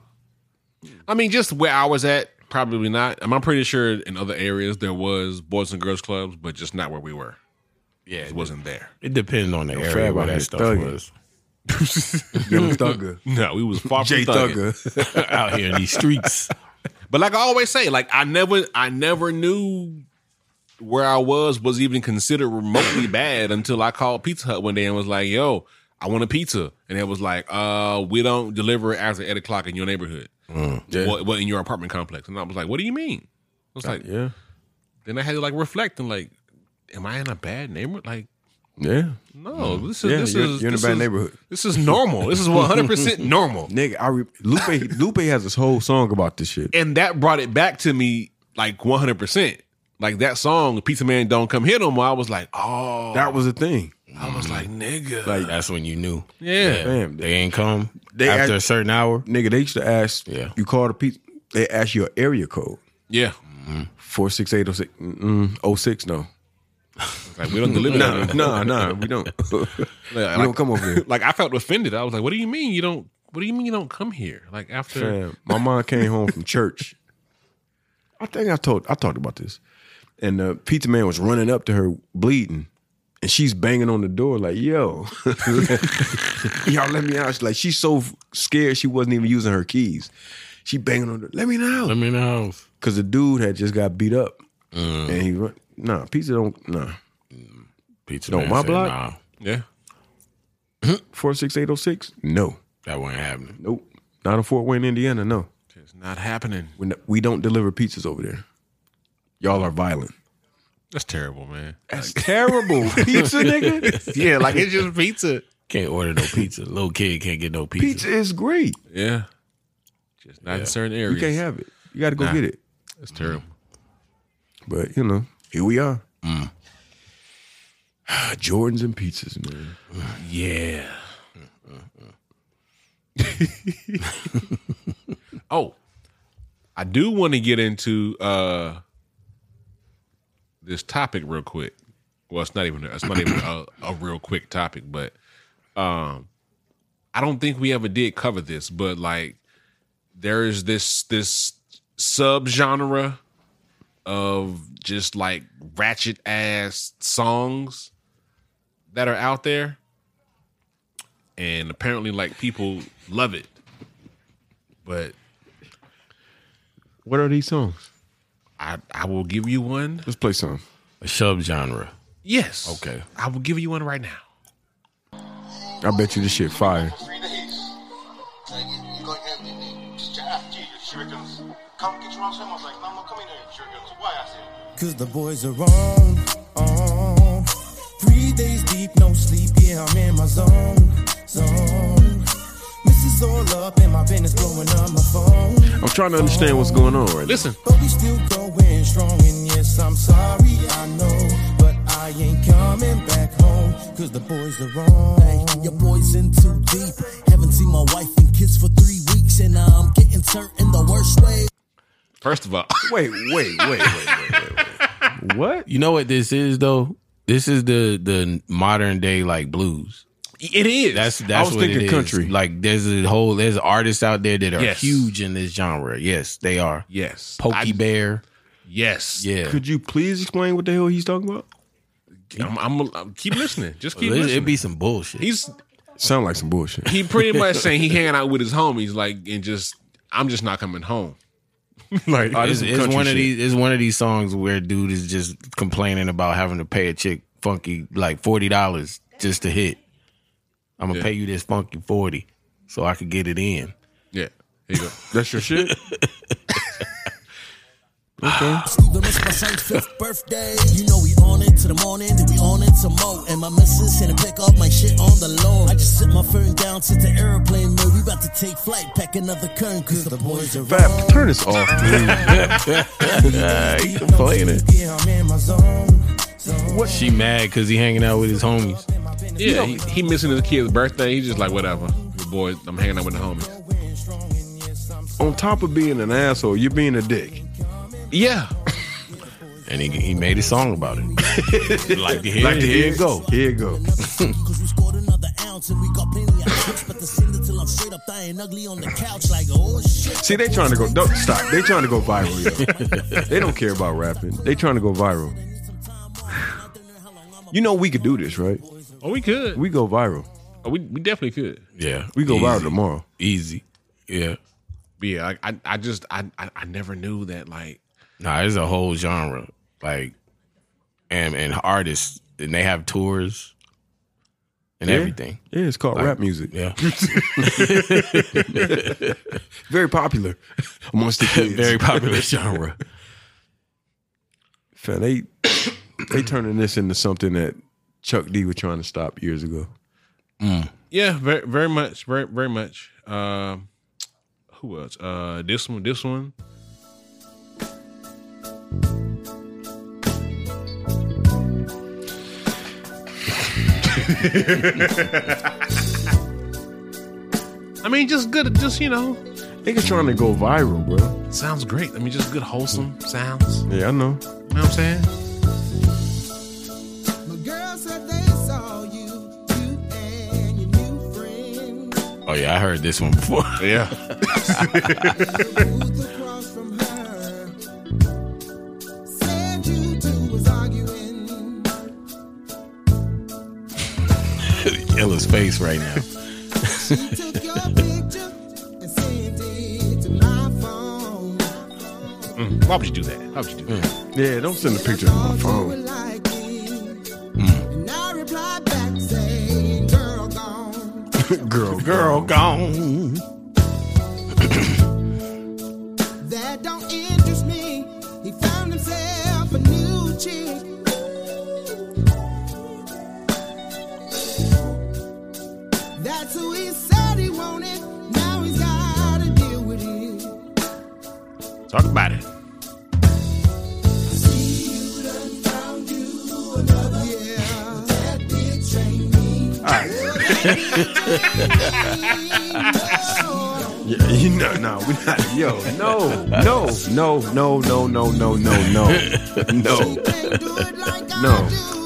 Speaker 4: I mean, just where I was at, probably not. I'm, I'm pretty sure in other areas there was boys and girls clubs, but just not where we were.
Speaker 3: Yeah.
Speaker 4: It wasn't there.
Speaker 3: It depended on the area
Speaker 2: Fab
Speaker 3: where
Speaker 2: out
Speaker 3: that
Speaker 2: here
Speaker 3: stuff
Speaker 2: thugging.
Speaker 3: was.
Speaker 2: Young Thugger.
Speaker 4: No, we was far
Speaker 2: Jay
Speaker 4: from thugging.
Speaker 2: Thugger.
Speaker 3: out here in these streets.
Speaker 4: But like I always say, like I never, I never knew where I was was even considered remotely bad until I called Pizza Hut one day and was like, "Yo, I want a pizza," and it was like, "Uh, we don't deliver after eight o'clock in your neighborhood,
Speaker 2: Mm.
Speaker 4: what, what in your apartment complex." And I was like, "What do you mean?" I was like,
Speaker 2: yeah.
Speaker 4: then I had to like reflect and like, "Am I in a bad neighborhood? Like,
Speaker 2: Yeah.
Speaker 4: No, this is
Speaker 2: Mm. Yeah,
Speaker 4: this
Speaker 2: you're,
Speaker 4: is
Speaker 2: you're in a
Speaker 4: this
Speaker 2: bad
Speaker 4: is-
Speaker 2: neighborhood.
Speaker 4: This is normal. This is one hundred percent normal,
Speaker 2: Nigga, I re- Lupe Lupe has this whole song about this shit.
Speaker 4: and that brought it back to me like one hundred percent. Like that song, "Pizza Man Don't Come Here No More." I was like, oh,
Speaker 2: That was a thing.
Speaker 4: I was Mm. like, nigga,
Speaker 2: Like
Speaker 1: That's when you knew.
Speaker 4: yeah,
Speaker 2: Damn,
Speaker 1: They ain't come
Speaker 2: They
Speaker 1: after
Speaker 2: act-
Speaker 1: a certain hour.
Speaker 2: nigga, they used to ask.
Speaker 1: Yeah.
Speaker 2: You call the pizza. They ask your area code
Speaker 4: yeah.
Speaker 2: four six eight oh six oh six. No,
Speaker 4: Like we don't deliver
Speaker 2: no,
Speaker 4: that.
Speaker 2: no, no. We don't. we
Speaker 4: Like,
Speaker 2: don't come over here.
Speaker 4: like I felt offended. I was like, what do you mean you don't? What do you mean you don't come here? Like after
Speaker 2: Fam, my mom came home from church. I think I told I talked about this, and the pizza man was running up to her bleeding, and she's banging on the door like, "Yo, y'all let me out!" She's like she's so scared she wasn't even using her keys. She banging on the let me
Speaker 1: I
Speaker 2: out
Speaker 1: mean, I was
Speaker 2: because the dude had just got beat up, and he run. Nah, pizza don't. Nah,
Speaker 1: pizza.
Speaker 2: No,
Speaker 1: man
Speaker 2: my
Speaker 1: said,
Speaker 2: block?
Speaker 1: Nah,
Speaker 4: yeah.
Speaker 2: four six eight zero six. No,
Speaker 1: that wasn't happening.
Speaker 2: nope, not in Fort Wayne, Indiana. No,
Speaker 4: It's not happening.
Speaker 2: we we don't deliver pizzas over there. Y'all are violent.
Speaker 4: That's terrible, man.
Speaker 2: That's terrible. Pizza, nigga.
Speaker 4: yeah, like it's just pizza.
Speaker 1: Can't order no pizza. Little kid can't get no pizza.
Speaker 2: Pizza is great.
Speaker 4: Yeah, just not in certain areas.
Speaker 2: You can't have it. You got to go get it.
Speaker 4: It's terrible.
Speaker 2: But you know, here we are. Jordans and pizzas, man.
Speaker 4: Yeah. oh, I do want to get into uh this topic real quick. Well, it's not even it's not even a, a real quick topic, but um I don't think we ever did cover this, but like there is this this subgenre of just like ratchet ass songs that are out there and apparently like people love it but
Speaker 2: What are these songs?
Speaker 4: i i will give you one
Speaker 2: Let's play some.
Speaker 1: A subgenre.
Speaker 4: yes
Speaker 1: Okay.
Speaker 4: i will give you one right now
Speaker 2: I bet you this shit fire.
Speaker 6: Cause the boys are on, on. Three days deep, no sleep, yeah, I'm in my zone, zone. Mrs. all up in my business, blowing up my phone.
Speaker 2: I'm trying to understand what's going on right
Speaker 4: listen
Speaker 6: But we still going strong, and yes, I'm sorry, I know. But I ain't coming back home, cause the boys are on.
Speaker 7: Hey, your boy's in too deep. Haven't seen my wife and kids for three weeks, and I'm getting turned in the worst way.
Speaker 4: first of all
Speaker 2: now. Wait, wait, wait, wait, wait, wait, wait. What?
Speaker 1: You know what this is though? This is the the modern day like blues.
Speaker 4: it is
Speaker 1: That's that's
Speaker 2: was
Speaker 1: what
Speaker 2: thinking
Speaker 1: it is.
Speaker 2: country.
Speaker 1: Like there's a whole there's artists out there that are
Speaker 4: Yes.
Speaker 1: huge in this genre. Yes, they are.
Speaker 4: yes
Speaker 1: Pokey
Speaker 4: I-
Speaker 1: Bear.
Speaker 4: yes
Speaker 1: Yeah.
Speaker 2: Could you please explain what the hell he's talking about?
Speaker 4: I'm, I'm, I'm- keep listening just keep
Speaker 1: It'd,
Speaker 4: listening
Speaker 1: be some bullshit.
Speaker 4: he's
Speaker 2: Sound like some bullshit.
Speaker 4: he pretty much saying he hanging out with his homies like and just i'm just not coming home like
Speaker 2: Oh, this
Speaker 1: it's,
Speaker 2: is
Speaker 1: it's
Speaker 2: country
Speaker 1: one of
Speaker 2: shit.
Speaker 1: these it's one of these songs where dude is just complaining about having to pay a chick funky like forty dollars just to hit. I'm gonna
Speaker 4: Yeah.
Speaker 1: pay you this funky forty so I could get it in.
Speaker 4: yeah here you go
Speaker 2: That's your shit.
Speaker 7: Steven missed my son's fifth birthday. You know we on it to the morning, then we on it some more. And my missus had to pick up my shit on the lawn. I just sit my phone down, sit the airplane mode. We about to take flight, pack another curtain, cause the boys are
Speaker 2: Fab, turn this off. please.
Speaker 7: Keep playing it. Yeah, I'm in my zone, zone.
Speaker 1: She mad cause he hanging out with his homies.
Speaker 4: yeah he, he missing his kid's birthday he's just like whatever boy i'm hanging out with the homies
Speaker 2: On top of being an asshole, you're being a dick.
Speaker 4: yeah
Speaker 1: And he, he made a song about it. like here, here it go.
Speaker 2: Here you go.
Speaker 7: Cause we scored another ounce and we got plenty of ounce. But the singer till I'm straight up dying ugly on the couch like, oh shit.
Speaker 2: See, they trying to go. Don't stop. They trying to go viral. Yo. they don't care about rapping. They trying to go viral. You know we could do this, right?
Speaker 4: oh we could
Speaker 2: We go viral.
Speaker 4: Oh, we, we definitely could.
Speaker 1: Yeah.
Speaker 2: We go
Speaker 1: easy,
Speaker 2: viral tomorrow.
Speaker 1: Easy. Yeah.
Speaker 4: But yeah, I, I, I just, I, I, I never knew that. Like,
Speaker 1: Nah, it's a whole genre. Like and and artists and they have tours and
Speaker 2: Yeah.
Speaker 1: everything.
Speaker 2: Yeah, it's called rap music.
Speaker 1: Yeah.
Speaker 2: Very popular amongst the kids.
Speaker 1: Very popular genre.
Speaker 2: Fan, they they turning this into something that Chuck D was trying to stop years ago.
Speaker 4: Yeah, very, very much, very, very much. Um, who else? Uh, this one, this one. I mean, just good, just you know,
Speaker 2: Niggas trying to go viral, bro.
Speaker 4: sounds great. I mean, just good,
Speaker 3: Mm.
Speaker 4: wholesome sounds. You
Speaker 2: Yeah, I know.
Speaker 4: know what I'm saying?
Speaker 7: My girl said they saw you, you and your new friend.
Speaker 3: Oh yeah, I heard this one before.
Speaker 4: Yeah,
Speaker 7: Moved across from her. Said you two was arguing.
Speaker 3: Ella's face right now.
Speaker 7: Took your picture and sent it to my phone.
Speaker 4: why would you do that? How would you do that?
Speaker 3: Mm.
Speaker 2: Yeah, don't send a picture to my phone. Hmm.
Speaker 7: Like it. And I replied back saying, girl gone.
Speaker 2: Girl,
Speaker 3: Girl gone.
Speaker 7: That don't interest me. He found himself a new chick. That's who he said he wanted. Now he's got to deal with it.
Speaker 4: Talk about it.
Speaker 7: Yeah. That bitch ain't me.
Speaker 2: Yeah, you know, no, we not. Yo, no, no, no, no, no, no, no, no, no, no.
Speaker 7: Can't do it like
Speaker 2: No.
Speaker 7: I do.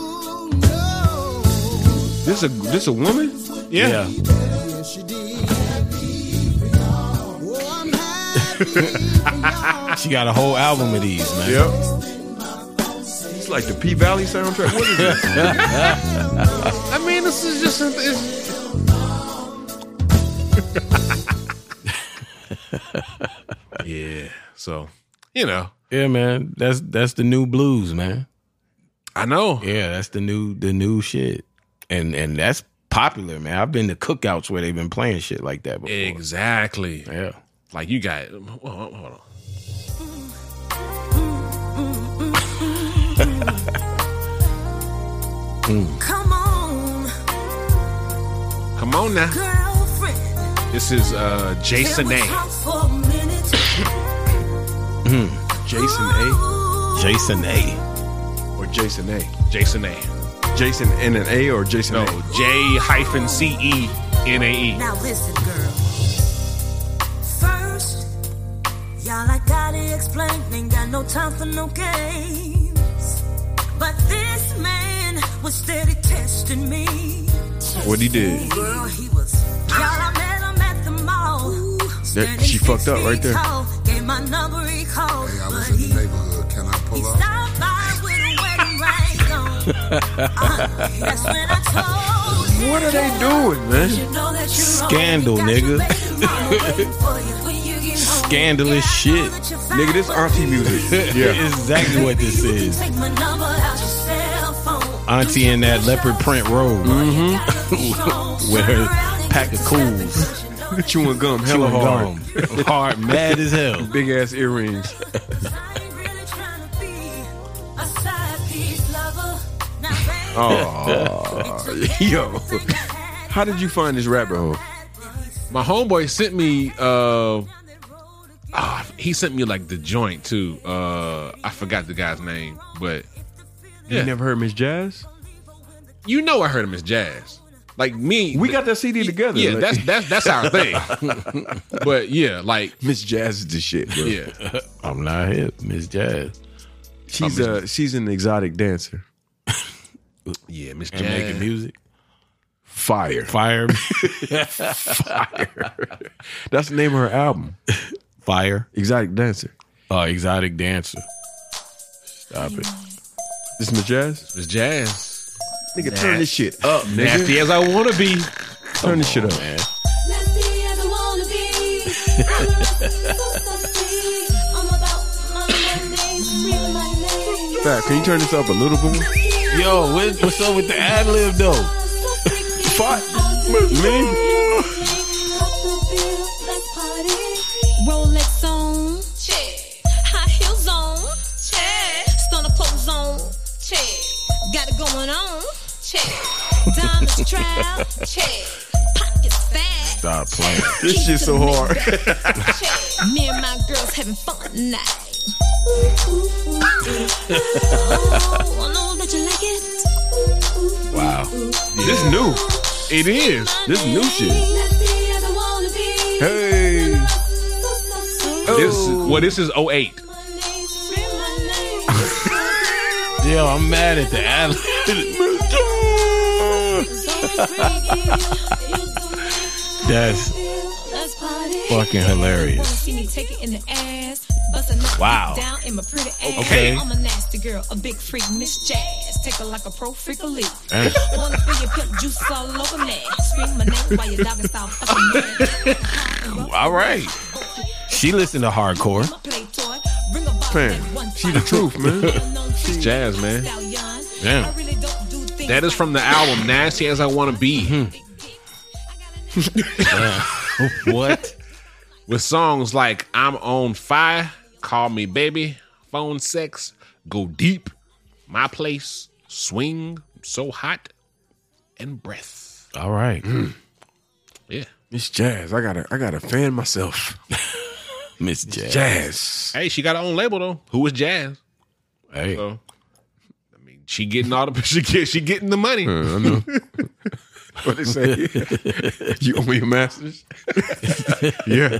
Speaker 7: No.
Speaker 2: This a this a woman?
Speaker 4: Yeah,
Speaker 7: Yes, she did. Oh, I'm happy for y'all.
Speaker 3: She got a whole album of these, man.
Speaker 2: Yep. It's like the P Valley soundtrack. What is this?
Speaker 4: I mean, this is just it's, yeah. So you know,
Speaker 3: Yeah, man. That's that's the new blues, man.
Speaker 4: I know.
Speaker 3: Yeah, that's the new the new shit. And and that's popular, man. I've been to cookouts where they've been playing shit like that before.
Speaker 4: Exactly.
Speaker 3: Yeah.
Speaker 4: Like you got. Hold on. Hold on.
Speaker 8: Come on,
Speaker 4: Come on now.
Speaker 8: girlfriend.
Speaker 4: This is uh Jason
Speaker 8: Can we
Speaker 4: A.
Speaker 8: talk for a minute?
Speaker 2: Jason A
Speaker 3: Jason A.
Speaker 2: or Jason A?
Speaker 4: Jason A.
Speaker 2: Jason N and A or Jason
Speaker 4: No,
Speaker 2: A?
Speaker 4: J hyphen C E N A E.
Speaker 8: Now listen, girl. First, y'all, I gotta explain. Ain't got no time for no games. But this man was steady testing me.
Speaker 2: What he did?
Speaker 8: Girl, he was. Y'all, I met him at the mall.
Speaker 2: That-
Speaker 8: Standing
Speaker 2: she fucked up
Speaker 8: six
Speaker 2: right there.
Speaker 8: feet tall. Gave my number, he called.
Speaker 9: Hey, I was
Speaker 8: but
Speaker 9: in the
Speaker 8: he
Speaker 9: neighborhood. Can I
Speaker 8: He
Speaker 9: pull up?
Speaker 8: stopped by with a wedding ring on. Uh, that's when I told him.
Speaker 2: What are they doing, man?
Speaker 8: You know that you're
Speaker 3: Scandal,
Speaker 8: wrong. You got
Speaker 3: nigga.
Speaker 8: your baby mama waiting for you when you get home.
Speaker 3: Scandalous
Speaker 8: Yeah, I know
Speaker 3: shit.
Speaker 8: that you're
Speaker 2: Nigga, this
Speaker 8: fine, but
Speaker 2: auntie music. Yeah.
Speaker 3: It's exactly what this
Speaker 8: you can
Speaker 3: is.
Speaker 8: take my number out your cell phone.
Speaker 3: Auntie in that leopard print robe
Speaker 8: You gotta be strong.
Speaker 3: Mm-hmm. with
Speaker 8: Turn
Speaker 3: her
Speaker 8: around and
Speaker 3: pack
Speaker 8: get
Speaker 3: of
Speaker 8: yourself
Speaker 3: cools.
Speaker 8: because you know that
Speaker 2: Chewing gum, hella
Speaker 3: Chewing
Speaker 2: hard.
Speaker 3: gum. hard, mad as hell.
Speaker 2: Big ass earrings.
Speaker 8: I ain't really trying to be a side piece lover. Now, baby,
Speaker 3: Oh,
Speaker 2: Yo, how did you find this rabbit hole?
Speaker 4: My homeboy sent me uh ah, he sent me like the joint too. Uh I forgot the guy's name, but
Speaker 2: You
Speaker 4: Yeah.
Speaker 2: never heard Miss Jazz?
Speaker 4: you know I heard him as jazz. Like me
Speaker 2: We got that CD together.
Speaker 4: Yeah,
Speaker 2: like-
Speaker 4: that's that's that's our thing. but yeah, like
Speaker 2: Miss Jazz is the shit, bro.
Speaker 4: yeah.
Speaker 3: I'm not hip, Miss Jazz.
Speaker 2: She's uh she's an exotic dancer.
Speaker 4: Yeah, Miss
Speaker 3: And making
Speaker 4: Jazz.
Speaker 3: music.
Speaker 2: Fire.
Speaker 3: Fire.
Speaker 2: That's the name of her album.
Speaker 3: Fire.
Speaker 2: Exotic dancer.
Speaker 3: Oh, exotic dancer. Stop it.
Speaker 2: This Miss Jazz?
Speaker 4: Miss Jazz.
Speaker 2: Nigga, turn this shit up, nigga.
Speaker 4: Nasty as I wanna be.
Speaker 2: Turn this shit up.
Speaker 3: Man.
Speaker 8: Nasty as I wanna be. I'm a rusty, so sexy. I'm about my name, scream my name.
Speaker 2: Fat, can you turn this up a little bit?
Speaker 3: Yo, what, what's up with the ad lib though?
Speaker 2: Fuck me.
Speaker 8: Rolex on, check. High heels on, check. Stunner clothes on, check. Got it going on, check.
Speaker 10: check. Diamonds trial, check. Pockets fat.
Speaker 1: Stop playing.
Speaker 2: This shit's so hard.
Speaker 10: Check. Me and my girls having fun night. Oh, I know that you like it.
Speaker 1: Wow.
Speaker 2: This new.
Speaker 4: It is.
Speaker 2: This new shit.
Speaker 10: Let's be as I wanna be.
Speaker 2: Hey.
Speaker 4: This is, well, this is 08.
Speaker 1: Yo, I'm mad at the ad. That's fucking hilarious.
Speaker 10: Wow.
Speaker 1: Wow.
Speaker 10: Down in my pretty ass.
Speaker 1: Okay.
Speaker 10: I'm a nasty girl, a big freak, Miss Jazz. Take her like a pro freak elite.
Speaker 1: Eh.
Speaker 10: Wanna feel your pimp juice all over me. Scream my name while your dog is all fucking mad.
Speaker 1: All right. She listened to hardcore.
Speaker 2: Pam, she the truth, man.
Speaker 10: She's
Speaker 4: jazz, man.
Speaker 1: Damn.
Speaker 4: That is from the album Nasty as I Want to
Speaker 2: Mm-hmm.
Speaker 4: Be
Speaker 1: What?
Speaker 4: with songs like I'm on fire, Call Me Baby, Phone Sex, Go Deep, My Place, Swing, So Hot, and Breath.
Speaker 1: All right.
Speaker 4: Yeah.
Speaker 2: It's jazz. I gotta, I gotta fan myself.
Speaker 1: Miss J.
Speaker 2: Jazz.
Speaker 4: Hey, she got her own label though. Who is Jazz?
Speaker 1: Hey.
Speaker 4: So, I mean, she getting all the she get, she getting the money.
Speaker 2: Mm. What they say? you owe me a masters. yeah.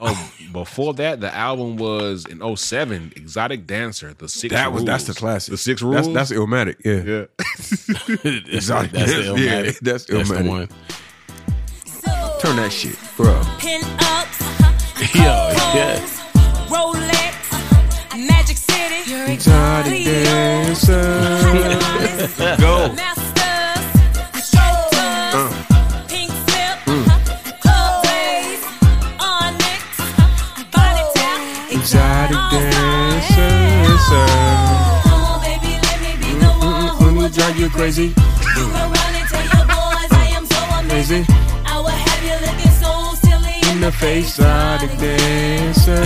Speaker 4: Oh, before that, the album was in 07, Exotic Dancer, the six.
Speaker 2: That was that's the
Speaker 4: Rules.
Speaker 2: classic.
Speaker 4: The six rules.
Speaker 2: That's, that's Illmatic. Yeah.
Speaker 4: yeah.
Speaker 2: Exotic.
Speaker 1: That's
Speaker 2: Yeah,
Speaker 1: Illmatic.
Speaker 2: that's
Speaker 1: That's the
Speaker 2: Illmatic.
Speaker 1: one.
Speaker 2: Turn that shit, bro.
Speaker 8: Pin ups, uh-huh.
Speaker 1: Yo, yeah.
Speaker 8: Rolex, uh-huh. Magic City. You're
Speaker 2: Exotic dancer.
Speaker 8: Go. Masters, instructors, pink slip, club days, onyx, body tap,
Speaker 2: Exotic
Speaker 8: all
Speaker 2: dancer. sir.
Speaker 8: night. Come on, baby, let me be the one uh. who will drive you crazy. You go round and tell your boys I am so amazing. I will have you looking so silly in the face.
Speaker 2: Exotic dancer.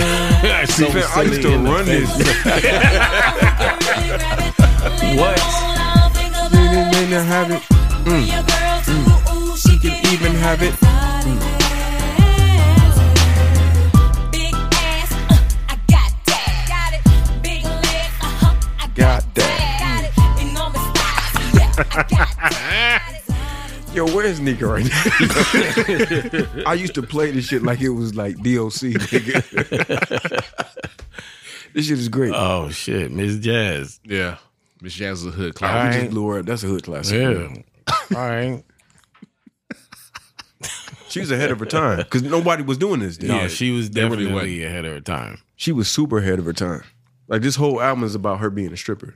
Speaker 1: So
Speaker 2: See, fam, I used to
Speaker 1: silly in the
Speaker 2: run
Speaker 1: face.
Speaker 2: this.
Speaker 8: What?
Speaker 2: Didn't mean to have it.
Speaker 8: She can even have it. Big ass, uh, I got that. Got it. Big legs, uh huh, I got
Speaker 2: Got
Speaker 8: that. Got it. Enormous thighs, yeah, I got that.
Speaker 2: Yo, where's Nika right now? I used to play this shit like it was like DOC, nigga. this shit is great.
Speaker 1: Oh shit, Miss Jazz.
Speaker 4: Yeah. Miss Jazz is a hood
Speaker 1: All
Speaker 4: classic.
Speaker 2: we
Speaker 1: right.
Speaker 2: just blew her up. That's a hood classic.
Speaker 1: Yeah. All right.
Speaker 2: She was ahead of her time because nobody was doing this. Then.
Speaker 1: No, she was
Speaker 4: they really
Speaker 1: definitely ahead of her time.
Speaker 2: She was super ahead of her time. Like this whole album is about her being a stripper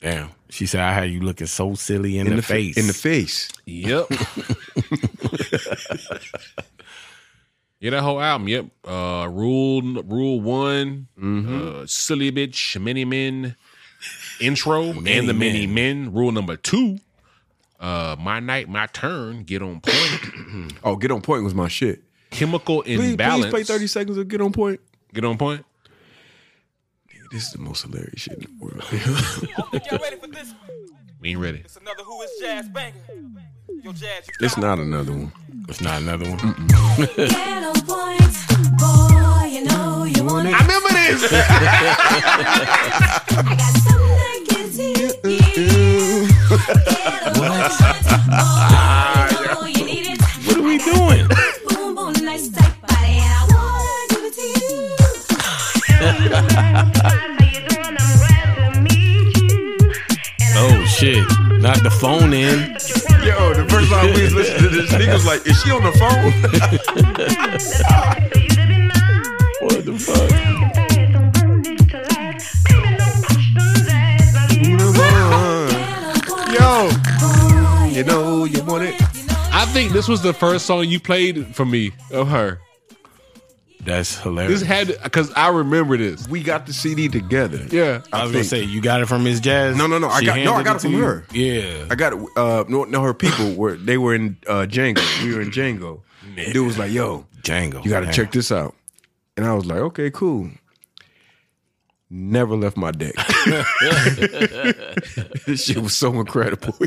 Speaker 1: Damn. She said, "I had you looking so silly in, the,
Speaker 2: fa-
Speaker 1: face."
Speaker 2: In the face.
Speaker 4: Yep. yeah, that whole album. Yep. Uh, rule Rule One, uh, Silly Bitch, Many Men, Intro, and the Many Men. Rule number two, uh, My Night, My Turn, Get on Point,
Speaker 2: Oh, get on point was my shit.
Speaker 4: Chemical
Speaker 2: Please,
Speaker 4: Imbalance.
Speaker 2: please play thirty seconds of get on point.
Speaker 4: Get on point.
Speaker 2: This is the most hilarious shit in the world.
Speaker 6: Y'all ready for this?
Speaker 4: We ain't ready.
Speaker 6: It's another Who Is Jazz banger. Yo, Jazz, you
Speaker 2: it's not another one.
Speaker 1: it's not another one.
Speaker 10: Ghetto boys, boy, you know you want it. I remember this. I got something against you. Ghetto boys, boy, you know you need it.
Speaker 1: What are we doing?
Speaker 10: Boom, boom, nice tight body, and I wanna give it to you.
Speaker 1: Oh shit! Not the phone in.
Speaker 2: Yo, the first time we was listening to this, nigga was like, "Is she on the phone?"
Speaker 1: What the fuck?
Speaker 2: "Uh-huh." Yo, you know you want it.
Speaker 4: I think this was the first song you played for me of her.
Speaker 1: That's hilarious.
Speaker 4: This had because I remember this.
Speaker 2: We got the CD together.
Speaker 4: Yeah.
Speaker 1: I was
Speaker 2: think-
Speaker 1: gonna say you got it from Miss Jazz.
Speaker 2: No, no, no, I got- no, I
Speaker 1: handed
Speaker 2: got it
Speaker 1: to
Speaker 2: from
Speaker 1: you.
Speaker 2: her.
Speaker 1: Yeah.
Speaker 2: I got it. Uh, no, no, her people were they were in uh, Django. We were in Django. Dude was like, "Yo,
Speaker 1: Django.
Speaker 2: you got to
Speaker 1: Damn.
Speaker 2: check this out," and I was like, "Okay, cool." never left my deck. this shit was so incredible. yo.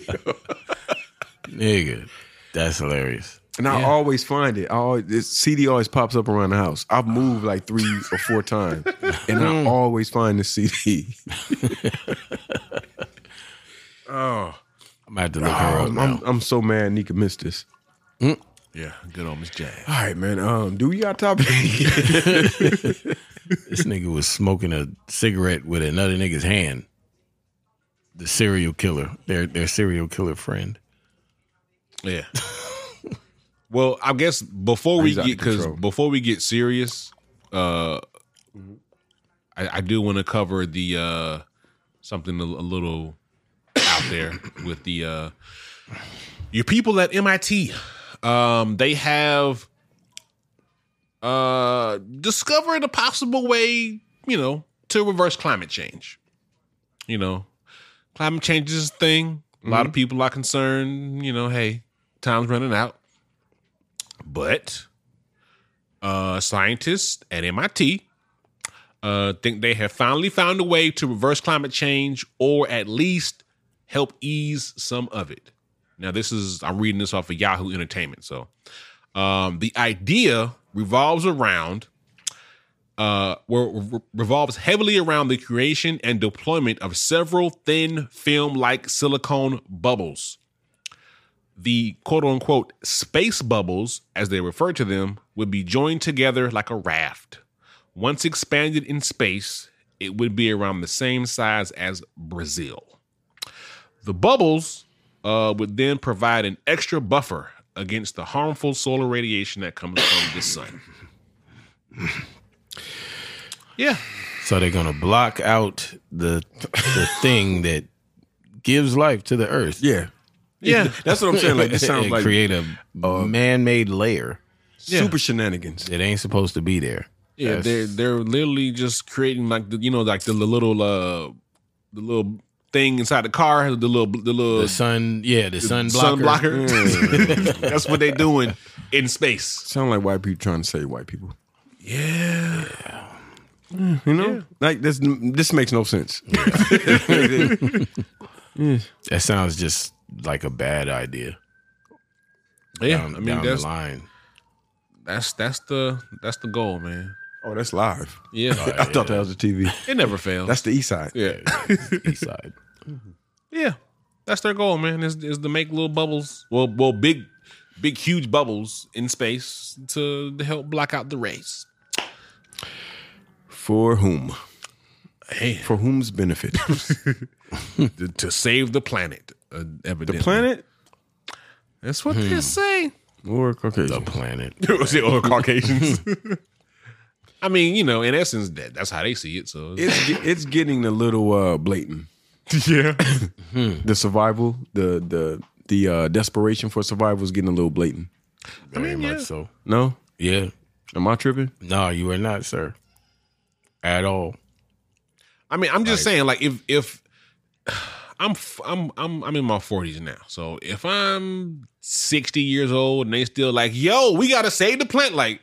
Speaker 1: Nigga, that's hilarious.
Speaker 2: And I always find it. I always, this CD always pops up around the house. I've moved like three or four times, and
Speaker 1: Mm.
Speaker 2: I always find this CD.
Speaker 1: I'm about to look her up
Speaker 2: Um, Oh. I'm,
Speaker 1: now.
Speaker 2: I'm so mad Nika missed this.
Speaker 4: Yeah, good on Miss Jazz.
Speaker 2: All right, man. Um, do we got top?
Speaker 1: This nigga was smoking a cigarette with another nigga's hand. The serial killer, their their serial killer friend.
Speaker 4: Yeah. well, I guess before we
Speaker 2: He's out
Speaker 4: get
Speaker 2: of
Speaker 4: because
Speaker 2: control.
Speaker 4: before we get serious, uh, I, I do want to cover the uh something a, a little out there with the uh your people at MIT. Um, they have uh discovered a possible way, you know, to reverse climate change. You know, climate change is a thing. A
Speaker 2: Mm-hmm.
Speaker 4: lot of people are concerned, you know, hey, time's running out. But uh, scientists at MIT uh, think they have finally found a way to reverse climate change or at least help ease some of it. Now, this is, I'm reading this off of Yahoo Entertainment. So um, the idea revolves around uh, were, re- revolves heavily around the creation and deployment of several thin film like silicone bubbles. The quote unquote space bubbles, as they refer to them, would be joined together like a raft. Once expanded in space, it would be around the same size as Brazil. The bubbles uh, would then provide an extra buffer against the harmful solar radiation that comes from the sun. Yeah.
Speaker 1: So they're gonna block out the the thing that gives life to the earth.
Speaker 2: yeah,
Speaker 4: Yeah.
Speaker 2: that's what I'm saying. Like this sounds
Speaker 1: And
Speaker 2: like
Speaker 1: create a man-made layer
Speaker 2: super shenanigans.
Speaker 1: that ain't supposed to be there.
Speaker 4: Yeah,
Speaker 1: That's-
Speaker 4: they're they're literally just creating like the you know like the, the little uh the little thing inside the car, the little the little
Speaker 1: the sun. Yeah, the sun blocker.
Speaker 4: sun blocker. That's what they're doing in space.
Speaker 2: Sound like white people trying to save white people.
Speaker 4: Yeah,
Speaker 2: You know, like this. This makes no sense.
Speaker 1: That sounds just like a bad idea.
Speaker 4: yeah.
Speaker 1: Down,
Speaker 4: I mean
Speaker 1: down
Speaker 4: that's
Speaker 1: the line.
Speaker 4: that's that's the that's the goal, man.
Speaker 2: oh, that's live.
Speaker 4: Yeah,
Speaker 2: I thought that was the TV.
Speaker 4: it never fails.
Speaker 2: That's the East Side.
Speaker 4: yeah,
Speaker 1: East side.
Speaker 4: yeah. That's their goal, man. Is is to make little bubbles, well, well, big, big, huge bubbles in space to, to help block out the rays.
Speaker 2: For whom?
Speaker 4: Hey,
Speaker 2: For whom's benefit?
Speaker 4: to, to save the planet. Uh, evidently. Hmm.
Speaker 2: the planet
Speaker 4: That's what they say.
Speaker 2: or Caucasian?
Speaker 1: The planet.
Speaker 4: Was it all Caucasians? I mean, you know, in essence, that, that's how they see it. So
Speaker 2: it's ge- it's getting a little uh, blatant. Hmm.
Speaker 4: yeah,
Speaker 2: The survival, the the the uh, desperation for survival is getting a little blatant.
Speaker 1: Very
Speaker 4: mean,
Speaker 1: much
Speaker 4: yeah.
Speaker 1: so.
Speaker 2: No,
Speaker 1: Yeah.
Speaker 2: am I tripping?
Speaker 1: No, you are not, sir. At all.
Speaker 4: I mean, I'm just saying, like, if if I'm f- I'm I'm I'm in my 40s now, so if I'm 60 years old and they still like, yo, we gotta save the plant, like,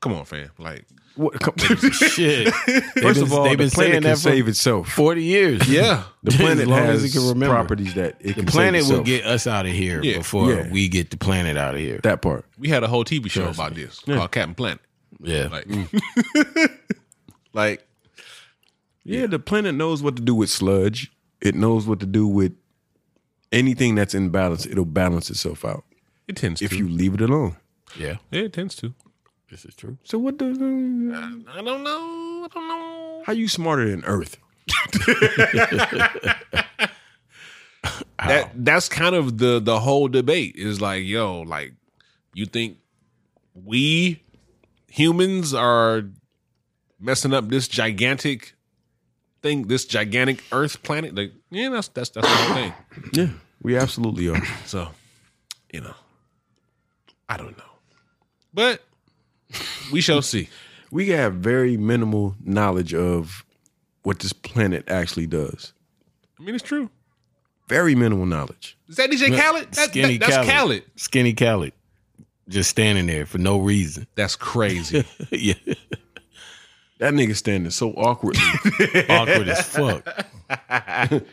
Speaker 4: come on, fam, like,
Speaker 2: What, come,
Speaker 1: Shit.
Speaker 2: first of all,
Speaker 1: they've been
Speaker 2: the planet
Speaker 1: saying
Speaker 2: can
Speaker 1: that for
Speaker 2: save itself.
Speaker 1: forty years.
Speaker 4: yeah,
Speaker 2: The planet
Speaker 1: As long
Speaker 2: has
Speaker 1: as it can remember.
Speaker 2: properties that
Speaker 1: The
Speaker 2: it can
Speaker 1: planet
Speaker 2: save
Speaker 1: will get
Speaker 2: itself.
Speaker 1: us out of here
Speaker 4: Yeah.
Speaker 1: before
Speaker 2: Yeah.
Speaker 1: we get the planet out of here.
Speaker 2: that part.
Speaker 4: we had a whole TV show about this called Captain Planet,
Speaker 1: Yeah.
Speaker 4: like, like,
Speaker 2: Yeah, the planet knows what to do with sludge. It knows what to do with anything that's in balance. It'll balance itself out
Speaker 4: it tends
Speaker 2: if
Speaker 4: to,
Speaker 2: you leave it alone.
Speaker 1: yeah.
Speaker 4: yeah, it tends to.
Speaker 1: This is true.
Speaker 2: So what the?
Speaker 4: I don't know, I don't know.
Speaker 2: How you smarter than Earth?
Speaker 4: that that's kind of the the whole debate is like yo like you think we humans are messing up this gigantic thing this gigantic earth planet like yeah that's that's that's the whole thing
Speaker 2: Yeah, we absolutely are.
Speaker 4: so you know i don't know but we shall see
Speaker 2: we have very minimal knowledge of what this planet actually does.
Speaker 4: i mean it's true
Speaker 2: Very minimal knowledge.
Speaker 4: is that dj khaled that,
Speaker 1: Skinny
Speaker 4: that- that's
Speaker 1: Khaled.
Speaker 4: khaled.
Speaker 1: Skinny Khaled. Just standing there for no reason.
Speaker 4: that's crazy
Speaker 1: yeah.
Speaker 2: That nigga standing so awkwardly.
Speaker 1: Awkward as fuck.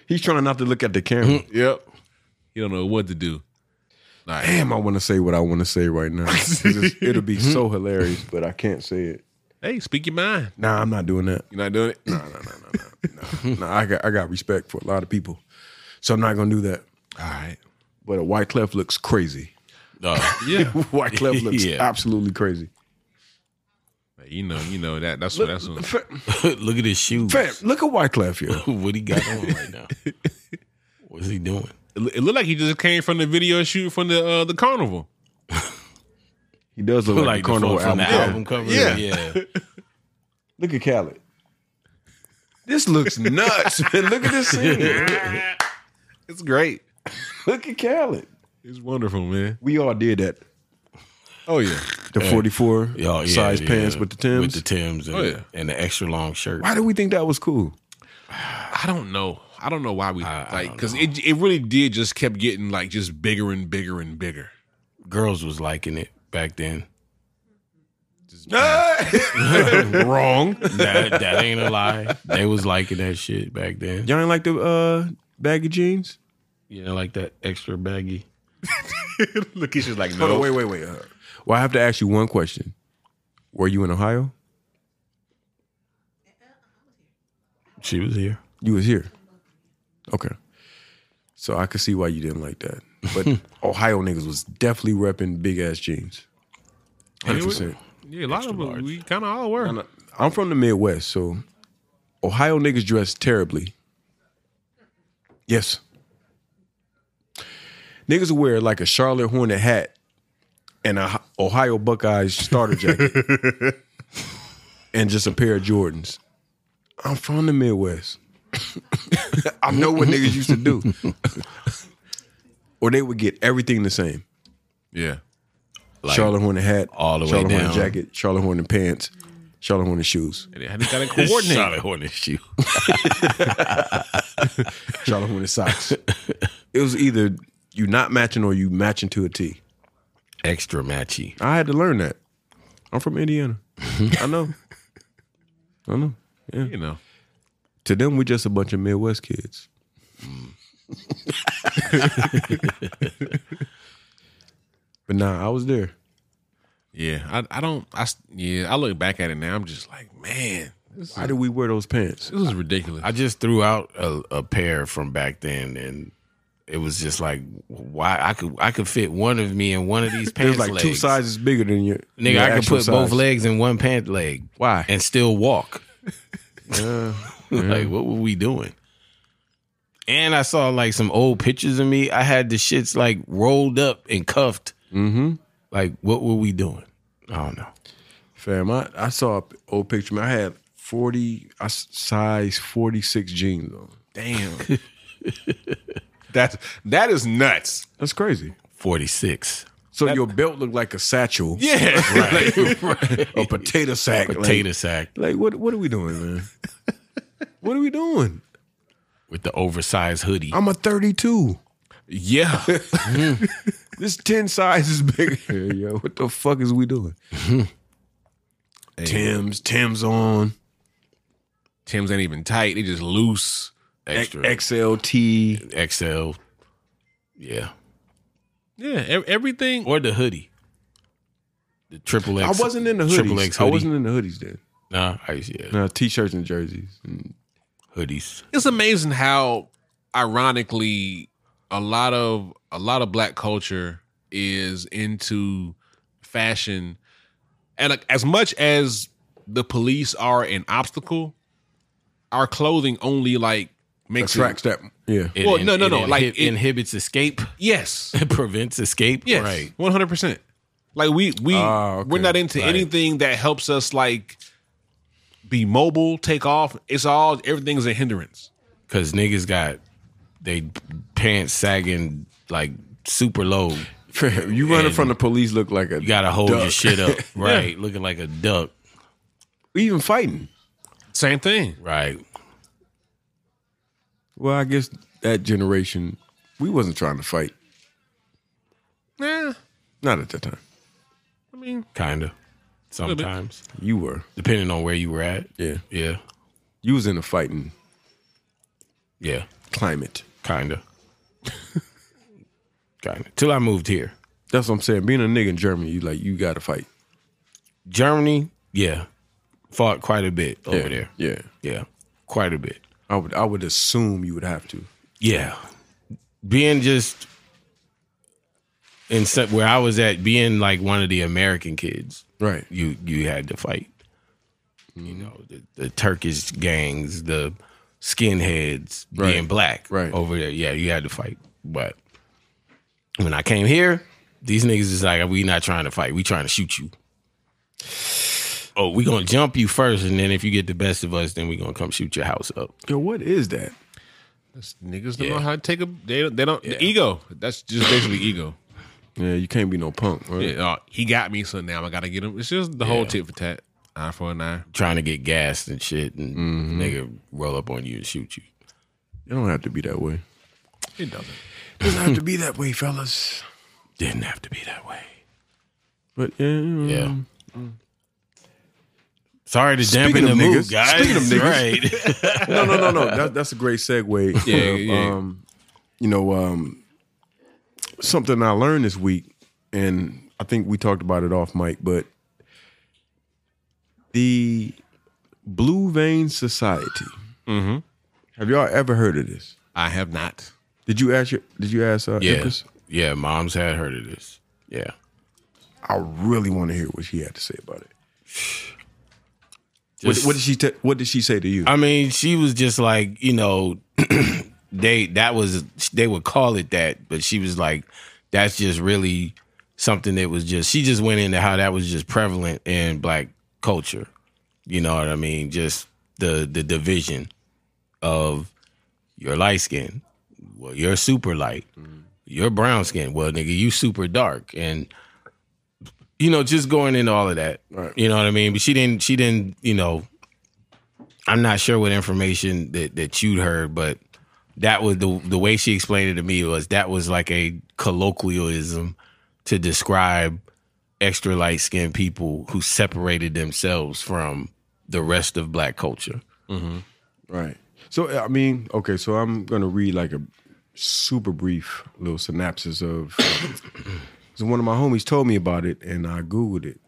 Speaker 2: He's trying not to look at the camera.
Speaker 4: Yep. He don't know what to do. All right.
Speaker 2: Damn, I want to say what I want to say right now. 'Cause it's- It'll be so hilarious, but I can't say it.
Speaker 4: Hey, speak your mind.
Speaker 2: Nah, I'm not doing that.
Speaker 4: You're not doing it.
Speaker 2: No, no, no, no, no, no. I got I got respect for a lot of people, so I'm not gonna do that.
Speaker 4: All right.
Speaker 2: But a White Clef looks crazy.
Speaker 1: Uh,
Speaker 4: Yeah.
Speaker 2: White Clef looks
Speaker 1: Yeah.
Speaker 2: absolutely crazy.
Speaker 4: you know, you know that. That's what. That's what.
Speaker 2: Fam,
Speaker 1: look at his shoes.
Speaker 2: fam, look at White Clef, yo.
Speaker 1: what he got on right now? What's he doing?
Speaker 4: It loo- it looked like he just came from the video shoot from the uh, the carnival.
Speaker 2: He does look like,
Speaker 1: Like
Speaker 2: a
Speaker 1: the
Speaker 2: carnival
Speaker 1: fuck from
Speaker 2: album.
Speaker 1: the
Speaker 2: cover.
Speaker 1: album cover.
Speaker 4: Yeah.
Speaker 1: yeah.
Speaker 2: Look at Khaled. This looks nuts, man. Look at this singer.
Speaker 4: It's great.
Speaker 2: look at Khaled.
Speaker 4: It's wonderful, man.
Speaker 2: We all did that.
Speaker 4: Oh yeah.
Speaker 2: The 44
Speaker 1: Oh, yeah,
Speaker 2: size
Speaker 1: yeah.
Speaker 2: pants with the Tims.
Speaker 1: with the Tims, and,
Speaker 4: Oh, yeah.
Speaker 1: and the extra long shirt.
Speaker 2: Why do we think that was cool?
Speaker 4: I don't know. I don't know why we like because it it really did just kept getting like just bigger and bigger and bigger.
Speaker 1: Girls was liking it back then.
Speaker 2: Wrong.
Speaker 1: That, that ain't a lie. They was liking that shit back then.
Speaker 2: Y'all ain't like the uh, baggy jeans?
Speaker 1: You know, like that extra baggy.
Speaker 4: Look, he's just like
Speaker 2: Hold on, wait, wait, wait. uh, well, I have to ask you one question. Were you in Ohio?
Speaker 1: She was here.
Speaker 2: You was here. Okay. So I could see why you didn't like that. But Ohio niggas was definitely repping big ass jeans. 100%.
Speaker 4: Yeah, a lot of them, we kind of all were.
Speaker 2: I'm from the Midwest, so Ohio niggas dress terribly. Yes. Niggas will wear like a Charlotte Hornet hat and a Ohio Buckeyes starter jacket and just a pair of Jordans. I'm from the Midwest. I know what niggas used to do. or they would get everything the same.
Speaker 4: Yeah.
Speaker 2: Charlotte Hornet hat,
Speaker 1: all the way
Speaker 2: Charlotte Hornet
Speaker 1: down.
Speaker 2: jacket, Charlotte Hornet pants, Charlotte Hornet shoes,
Speaker 4: And they had to coordinate.
Speaker 1: Charlotte Hornets shoe.
Speaker 2: Charlotte Hornet socks. it was either you not matching or you matching to a T.
Speaker 1: Extra matchy.
Speaker 2: I had to learn that. I'm from Indiana. I know. I know.
Speaker 4: You know.
Speaker 2: To them, we just a bunch of Midwest kids. but nah, I was there.
Speaker 4: Yeah. I I don't. I s- yeah. I look back at it now. I'm just like, man, this,
Speaker 2: Why did we wear those pants?
Speaker 4: this is ridiculous.
Speaker 1: I just threw out a, a pair from back then, and it was just like, why I could I could fit one of me in one of these
Speaker 2: It was
Speaker 1: pants
Speaker 2: like
Speaker 1: legs.
Speaker 2: two sizes bigger than your
Speaker 1: Nigga,
Speaker 2: your
Speaker 1: I could
Speaker 2: actual
Speaker 1: put both
Speaker 2: size.
Speaker 1: legs in one pant leg.
Speaker 2: Why?
Speaker 1: And still walk. like, what were we doing? And I saw like some old pictures of me. I had the shits like rolled up and cuffed. Mm-hmm. Like, what were we doing? I don't know.
Speaker 2: Fam, I, I saw an old picture. Man, I had 40, I s- size 46 jeans on.
Speaker 4: Damn. That's that is nuts.
Speaker 2: That's crazy.
Speaker 1: 46.
Speaker 2: So your belt looked like a satchel,
Speaker 4: Yeah.
Speaker 2: a potato sack.
Speaker 1: Tater
Speaker 2: Like,
Speaker 1: sack
Speaker 2: like what, what are we doing, man? what are we doing?
Speaker 1: with the oversized hoodie.
Speaker 2: I'm a 32.
Speaker 4: yeah.
Speaker 2: This 10 sizes bigger. Yo, what the fuck is we doing? Tim's, Tim's on,
Speaker 4: Tim's ain't even tight. They just loose.
Speaker 1: Extra.
Speaker 2: XLT.
Speaker 1: XL. Yeah.
Speaker 4: Yeah. ev- everything.
Speaker 1: Or the hoodie. The triple
Speaker 2: I
Speaker 1: X.
Speaker 2: wasn't in the
Speaker 1: Triple
Speaker 2: hoodies.
Speaker 1: X
Speaker 2: I
Speaker 1: hoodie.
Speaker 2: wasn't in the hoodies then.
Speaker 1: Nah, I used yeah.
Speaker 2: No, t-shirts and jerseys. And
Speaker 1: Hoodies.
Speaker 4: it's amazing how ironically a lot of a lot of black culture is into fashion and like, as much as the police are an obstacle our clothing only like makes
Speaker 2: tracks that.
Speaker 4: it,
Speaker 2: Yeah.
Speaker 1: It
Speaker 4: Well, no, no, no,
Speaker 1: It
Speaker 4: like,
Speaker 1: inhib-
Speaker 4: it-
Speaker 1: inhibits escape.
Speaker 4: yes
Speaker 1: It prevents escape.
Speaker 4: yes
Speaker 1: Right.
Speaker 4: 100% like we we
Speaker 2: Ah, okay.
Speaker 4: we're not into anything that helps us like be mobile take off it's all everything's a hindrance
Speaker 1: Because niggas got they pants sagging like super low.
Speaker 2: Fam, you running
Speaker 1: And-
Speaker 2: from the police look like a
Speaker 1: You gotta hold your
Speaker 2: duck.
Speaker 1: shit up. Right. Looking like a duck.
Speaker 2: Even fighting.
Speaker 4: same thing
Speaker 1: Right.
Speaker 2: Well, I guess that generation, we wasn't trying to fight.
Speaker 4: yeah
Speaker 2: Not at that time.
Speaker 4: i mean
Speaker 1: Kinda. Sometimes,
Speaker 2: You were.
Speaker 1: depending on where you were at.
Speaker 2: Yeah.
Speaker 1: Yeah.
Speaker 2: You was in a fighting
Speaker 1: Yeah.
Speaker 2: climate.
Speaker 1: Kinda. Kinda. Till I moved here.
Speaker 2: That's what I'm saying. Being a nigga in Germany, you like you gotta fight.
Speaker 1: Germany, yeah. Fought quite a bit over
Speaker 2: yeah.
Speaker 1: there.
Speaker 2: Yeah.
Speaker 1: Yeah. Quite a bit.
Speaker 2: I would I would assume you would have to.
Speaker 1: Yeah. Being just in se- where I was at, being like one of the American kids,
Speaker 2: Right.
Speaker 1: you you had to fight. You know, the, the Turkish gangs, the skinheads,
Speaker 2: Right.
Speaker 1: being black
Speaker 2: Right.
Speaker 1: over there. Yeah, you had to fight. But when I came here, these niggas is like, we not trying to fight. We trying to shoot you. Oh, we gonna jump you first, and then if you get the best of us, then we gonna come shoot your house up.
Speaker 2: Yo, what is that?
Speaker 4: That's, niggas don't
Speaker 1: Yeah.
Speaker 4: know how to take a. They don't. They don't the ego. That's just basically ego.
Speaker 2: Yeah, you can't be no punk, right?
Speaker 4: Yeah, uh, he got me, so now I gotta get him. It's just the whole tit for tat, eye for an eye.
Speaker 1: trying to get gassed and shit, and nigga roll up on you and shoot you.
Speaker 2: Mm-hmm. It don't have to be that way.
Speaker 4: It doesn't.
Speaker 2: doesn't have to be that way, fellas.
Speaker 1: Didn't have to be that way.
Speaker 2: But yeah, you know,
Speaker 1: Yeah. Sorry to dampen
Speaker 2: of
Speaker 1: the mood,
Speaker 2: niggas-
Speaker 1: guys.
Speaker 2: speaking of niggas.
Speaker 1: right?
Speaker 2: no, no, no, no. That, that's a great segue.
Speaker 4: Yeah, yeah.
Speaker 2: Um, you know, um, something I learned this week, and I think we talked about it off mic, but the Blue Vein Society. Have y'all ever heard of this?
Speaker 4: I have not.
Speaker 2: Did you ask? Your, did you ask? Uh,
Speaker 1: yeah,
Speaker 2: Empress?
Speaker 1: yeah. Moms had heard of this. Yeah,
Speaker 2: I really want to hear what she had to say about it.
Speaker 1: Just-
Speaker 2: what, what did she? Te- what did she say to you?
Speaker 1: I mean, she was just like, you know, they that was they would call it that, but she was like, that's just really something that was just she just went into how that was just prevalent in black culture. You know what I mean? Just the the division of your light skin. Well, you're super light.
Speaker 2: Mm-hmm.
Speaker 1: You're brown skin. Well, nigga, you super dark. And you know, just going into all of that.
Speaker 2: Right.
Speaker 1: You know what I mean? But she didn't she didn't, you know, I'm not sure what information that that you'd heard, but that was the the way she explained it to me was that was like a colloquialism to describe extra light skinned people who separated themselves from the rest of black culture.
Speaker 2: Right. So I mean, okay. So I'm gonna read like a super brief little synopsis of. so one of my homies told me about it, and I googled it.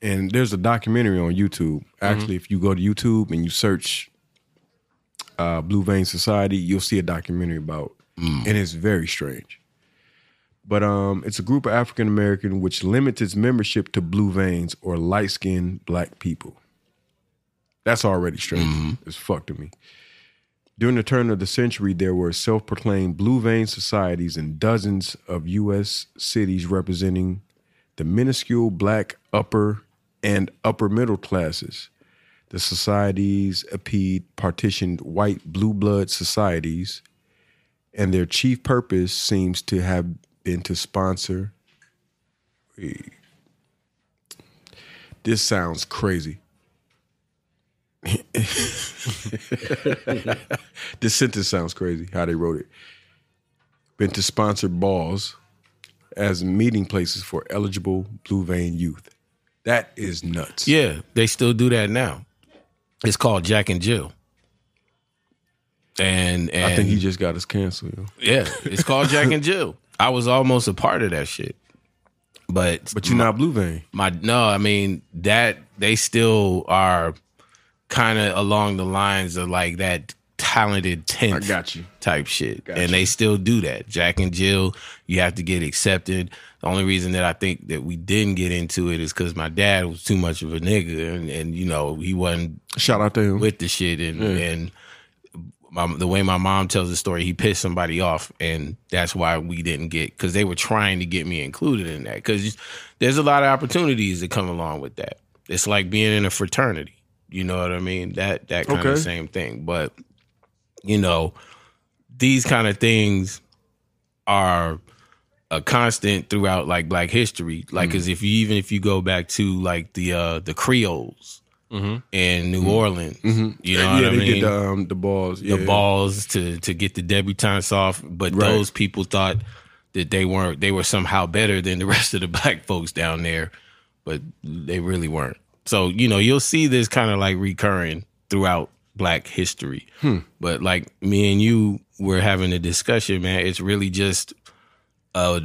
Speaker 2: And there's a documentary on YouTube. Actually, if you go to YouTube and you search uh, Blue Vein Society, you'll see a documentary about, and it's very strange. But um, it's a group of African American which limits its membership to blue veins or light skinned black people. That's already strange as fuck to me. During the turn of the century, there were self proclaimed blue vein societies in dozens of U.S. cities representing the minuscule black upper and upper middle classes. The societies appeased partitioned white blue blood societies, and their chief purpose seems to have been to sponsor. This sounds crazy. this sentence sounds crazy how they wrote it. Been to sponsor balls as meeting places for eligible blue vein youth. That is nuts.
Speaker 1: Yeah, they still do that now. It's called Jack and Jill. And and
Speaker 2: I think he just got us canceled. Yo.
Speaker 1: yeah, it's called Jack and Jill. I was almost a part of that shit. But
Speaker 2: But you're not blue vein.
Speaker 1: my no, I mean that they still are kind of along the lines of like that talented tenth
Speaker 2: I got you.
Speaker 1: type shit, and they still do that. Jack and Jill, you have to get accepted. The only reason that I think that we didn't get into it is because my dad was too much of a nigga, and, and you know he wasn't
Speaker 2: Shout out to him.
Speaker 1: with the shit, and and my, the way my mom tells the story, he pissed somebody off, and that's why we didn't get because they were trying to get me included in that because there's a lot of opportunities that come along with that. It's like being in a fraternity, you know what I mean? That that kind of
Speaker 2: Okay.
Speaker 1: same thing, but you know, these kind of things are a constant throughout like black history like
Speaker 2: Mm-hmm.
Speaker 1: as if you even if you go back to like the uh the creoles in new orleans you know
Speaker 2: Mm-hmm. yeah,
Speaker 1: what
Speaker 2: they
Speaker 1: i mean
Speaker 2: get the, um, the balls.
Speaker 1: the
Speaker 2: Yeah.
Speaker 1: balls to to get the debutantes off. But
Speaker 2: Right.
Speaker 1: those people thought that they weren't they were somehow better than the rest of the black folks down there but they really weren't. So you know, you'll see this kind of like recurring throughout Black history.
Speaker 2: Hmm.
Speaker 1: But like me and you were having a discussion, man. It's really just a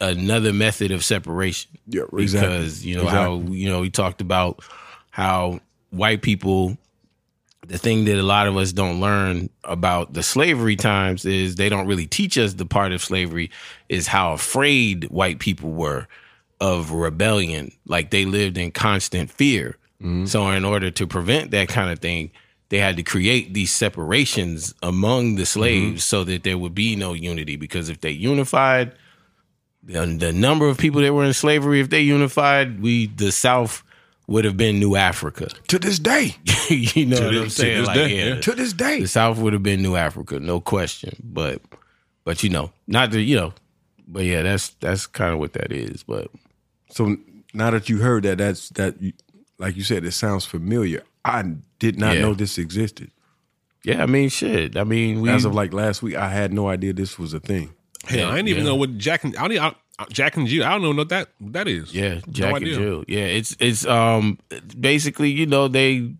Speaker 1: another method of separation
Speaker 2: Yeah,
Speaker 1: because you know how you know we talked about how white people the thing that a lot of us don't learn about the slavery times is they don't really teach us the part of slavery is how afraid white people were of rebellion like they lived in constant fear so in order to prevent that kind of thing they had to create these separations among the slaves so that there would be no unity because if they unified the, the number of people that were in slavery, if they unified, we the South would have been New Africa.
Speaker 2: to this day,
Speaker 1: you know what
Speaker 4: this-
Speaker 1: I'm
Speaker 4: to
Speaker 1: saying?
Speaker 4: this
Speaker 1: Like,
Speaker 4: day,
Speaker 1: yeah,
Speaker 4: yeah.
Speaker 2: to this day.
Speaker 1: the South would have been New Africa, no question. But but you know, not that you know, but yeah, that's that's kind of what that is. But
Speaker 2: So now that you heard that, that's that. you- Like you said, it sounds familiar. I did not
Speaker 1: Yeah.
Speaker 2: know this existed
Speaker 1: yeah, I mean, shit. I mean, we
Speaker 2: as of like last week. I had no idea this was a thing.
Speaker 4: Hell, I didn't even
Speaker 1: yeah.
Speaker 4: know what Jack and I, don't- I, I Jack and Jill. I don't know what that what that is.
Speaker 1: Yeah, Jack and
Speaker 4: idea.
Speaker 1: Jill. Yeah, it's it's um basically you know they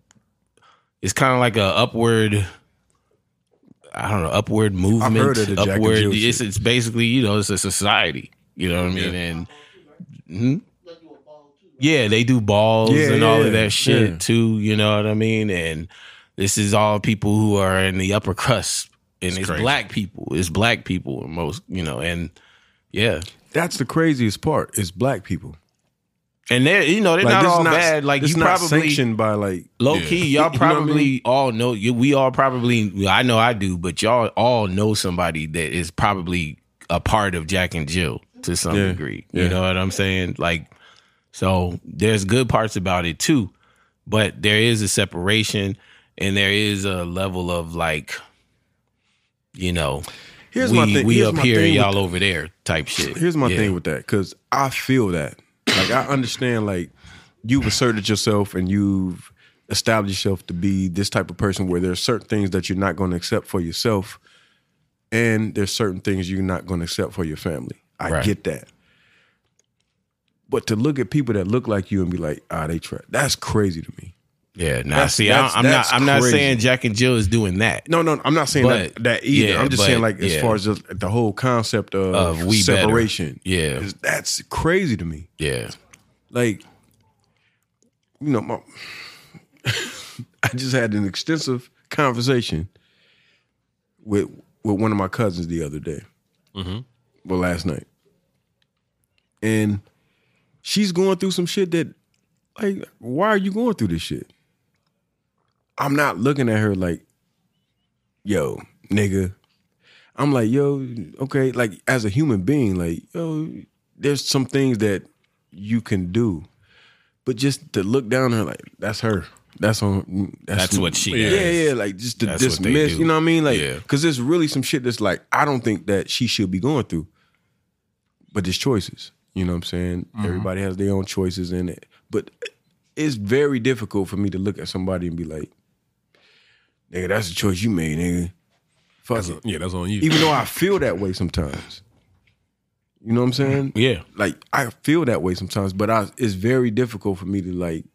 Speaker 1: it's kind of like a upward. I don't know upward movement.
Speaker 2: heard of the Jack and
Speaker 1: upward.
Speaker 2: Jill
Speaker 1: it's,
Speaker 2: shit.
Speaker 1: it's basically you know it's a society. You know what I mean? And Mhm. yeah, they do balls
Speaker 2: Yeah,
Speaker 1: and all
Speaker 2: yeah,
Speaker 1: of that shit
Speaker 2: yeah.
Speaker 1: too. You know what I mean? And this is all people who are in the upper crust, and it's,
Speaker 4: crazy.
Speaker 1: black people. It's black people most. You know, and yeah.
Speaker 2: That's the craziest part. Is black people.
Speaker 1: And they're you know they're
Speaker 2: Like
Speaker 1: not
Speaker 2: this is
Speaker 1: all bad. Like
Speaker 2: it's
Speaker 1: you
Speaker 2: not
Speaker 1: probably
Speaker 2: sanctioned by like
Speaker 1: Low
Speaker 4: Yeah.
Speaker 1: key, y'all
Speaker 2: You know what I
Speaker 1: probably
Speaker 2: mean?
Speaker 1: all know. you- We all probably, I know I do, but y'all all know somebody that is probably a part of Jack and Jill to some
Speaker 2: Yeah.
Speaker 1: degree.
Speaker 2: Yeah.
Speaker 1: You know what I'm saying? Like, so there's good parts about it too, but there is a separation, and there is a level of like, you know,
Speaker 2: Here's
Speaker 1: we
Speaker 2: my thing-
Speaker 1: we
Speaker 2: here's
Speaker 1: up
Speaker 2: my
Speaker 1: here,
Speaker 2: thing with
Speaker 1: y'all over there type shit.
Speaker 2: Here's my
Speaker 1: Yeah.
Speaker 2: thing with that, because I feel that. Like I understand, like you've asserted yourself and you've established yourself to be this type of person where there's certain things that you're not going to accept for yourself, and there's certain things you're not going to accept for your family. I
Speaker 1: Right.
Speaker 2: get that. But to look at people that look like you and be like, ah, they try. That's crazy to me.
Speaker 1: Yeah, now
Speaker 2: That's-
Speaker 1: see, I-
Speaker 2: that's-
Speaker 1: I'm not,
Speaker 2: that's
Speaker 1: I'm not
Speaker 2: crazy.
Speaker 1: saying Jack and Jill is doing that.
Speaker 2: No, no, I'm not saying that,
Speaker 1: But-
Speaker 2: that either.
Speaker 1: yeah,
Speaker 2: I'm just
Speaker 1: but,
Speaker 2: saying, like, as
Speaker 1: yeah.
Speaker 2: far as the, the whole concept of,
Speaker 1: Of we better.
Speaker 2: separation,
Speaker 1: Yeah.
Speaker 2: is- that's crazy to me.
Speaker 1: Yeah,
Speaker 2: like you know my i just had an extensive conversation with with one of my cousins the other day well last night and she's going through some shit that like why are you going through this shit i'm not looking at her like yo nigga i'm like yo okay like as a human being like yo there's some things that you can do. But just to look down at her like that's her. That's on. That's,
Speaker 1: that's what she.
Speaker 4: Yeah.
Speaker 1: is.
Speaker 2: Yeah, yeah. Like just to
Speaker 1: That's what they
Speaker 2: dismiss.
Speaker 1: do.
Speaker 2: You know what I mean? Like,
Speaker 1: Yeah.
Speaker 2: because there's really some shit that's like I don't think that she should be going through. But there's choices. You know what I'm saying?
Speaker 1: Mm-hmm.
Speaker 2: Everybody has their own choices in it. But it's very difficult for me to look at somebody and be like, "Nigga, that's the choice you made, nigga." Fuck it.
Speaker 4: yeah, that's on you.
Speaker 2: Even though I feel that way sometimes. You know what I'm saying?
Speaker 1: yeah.
Speaker 2: like I feel that way sometimes, but I it's very difficult for me to like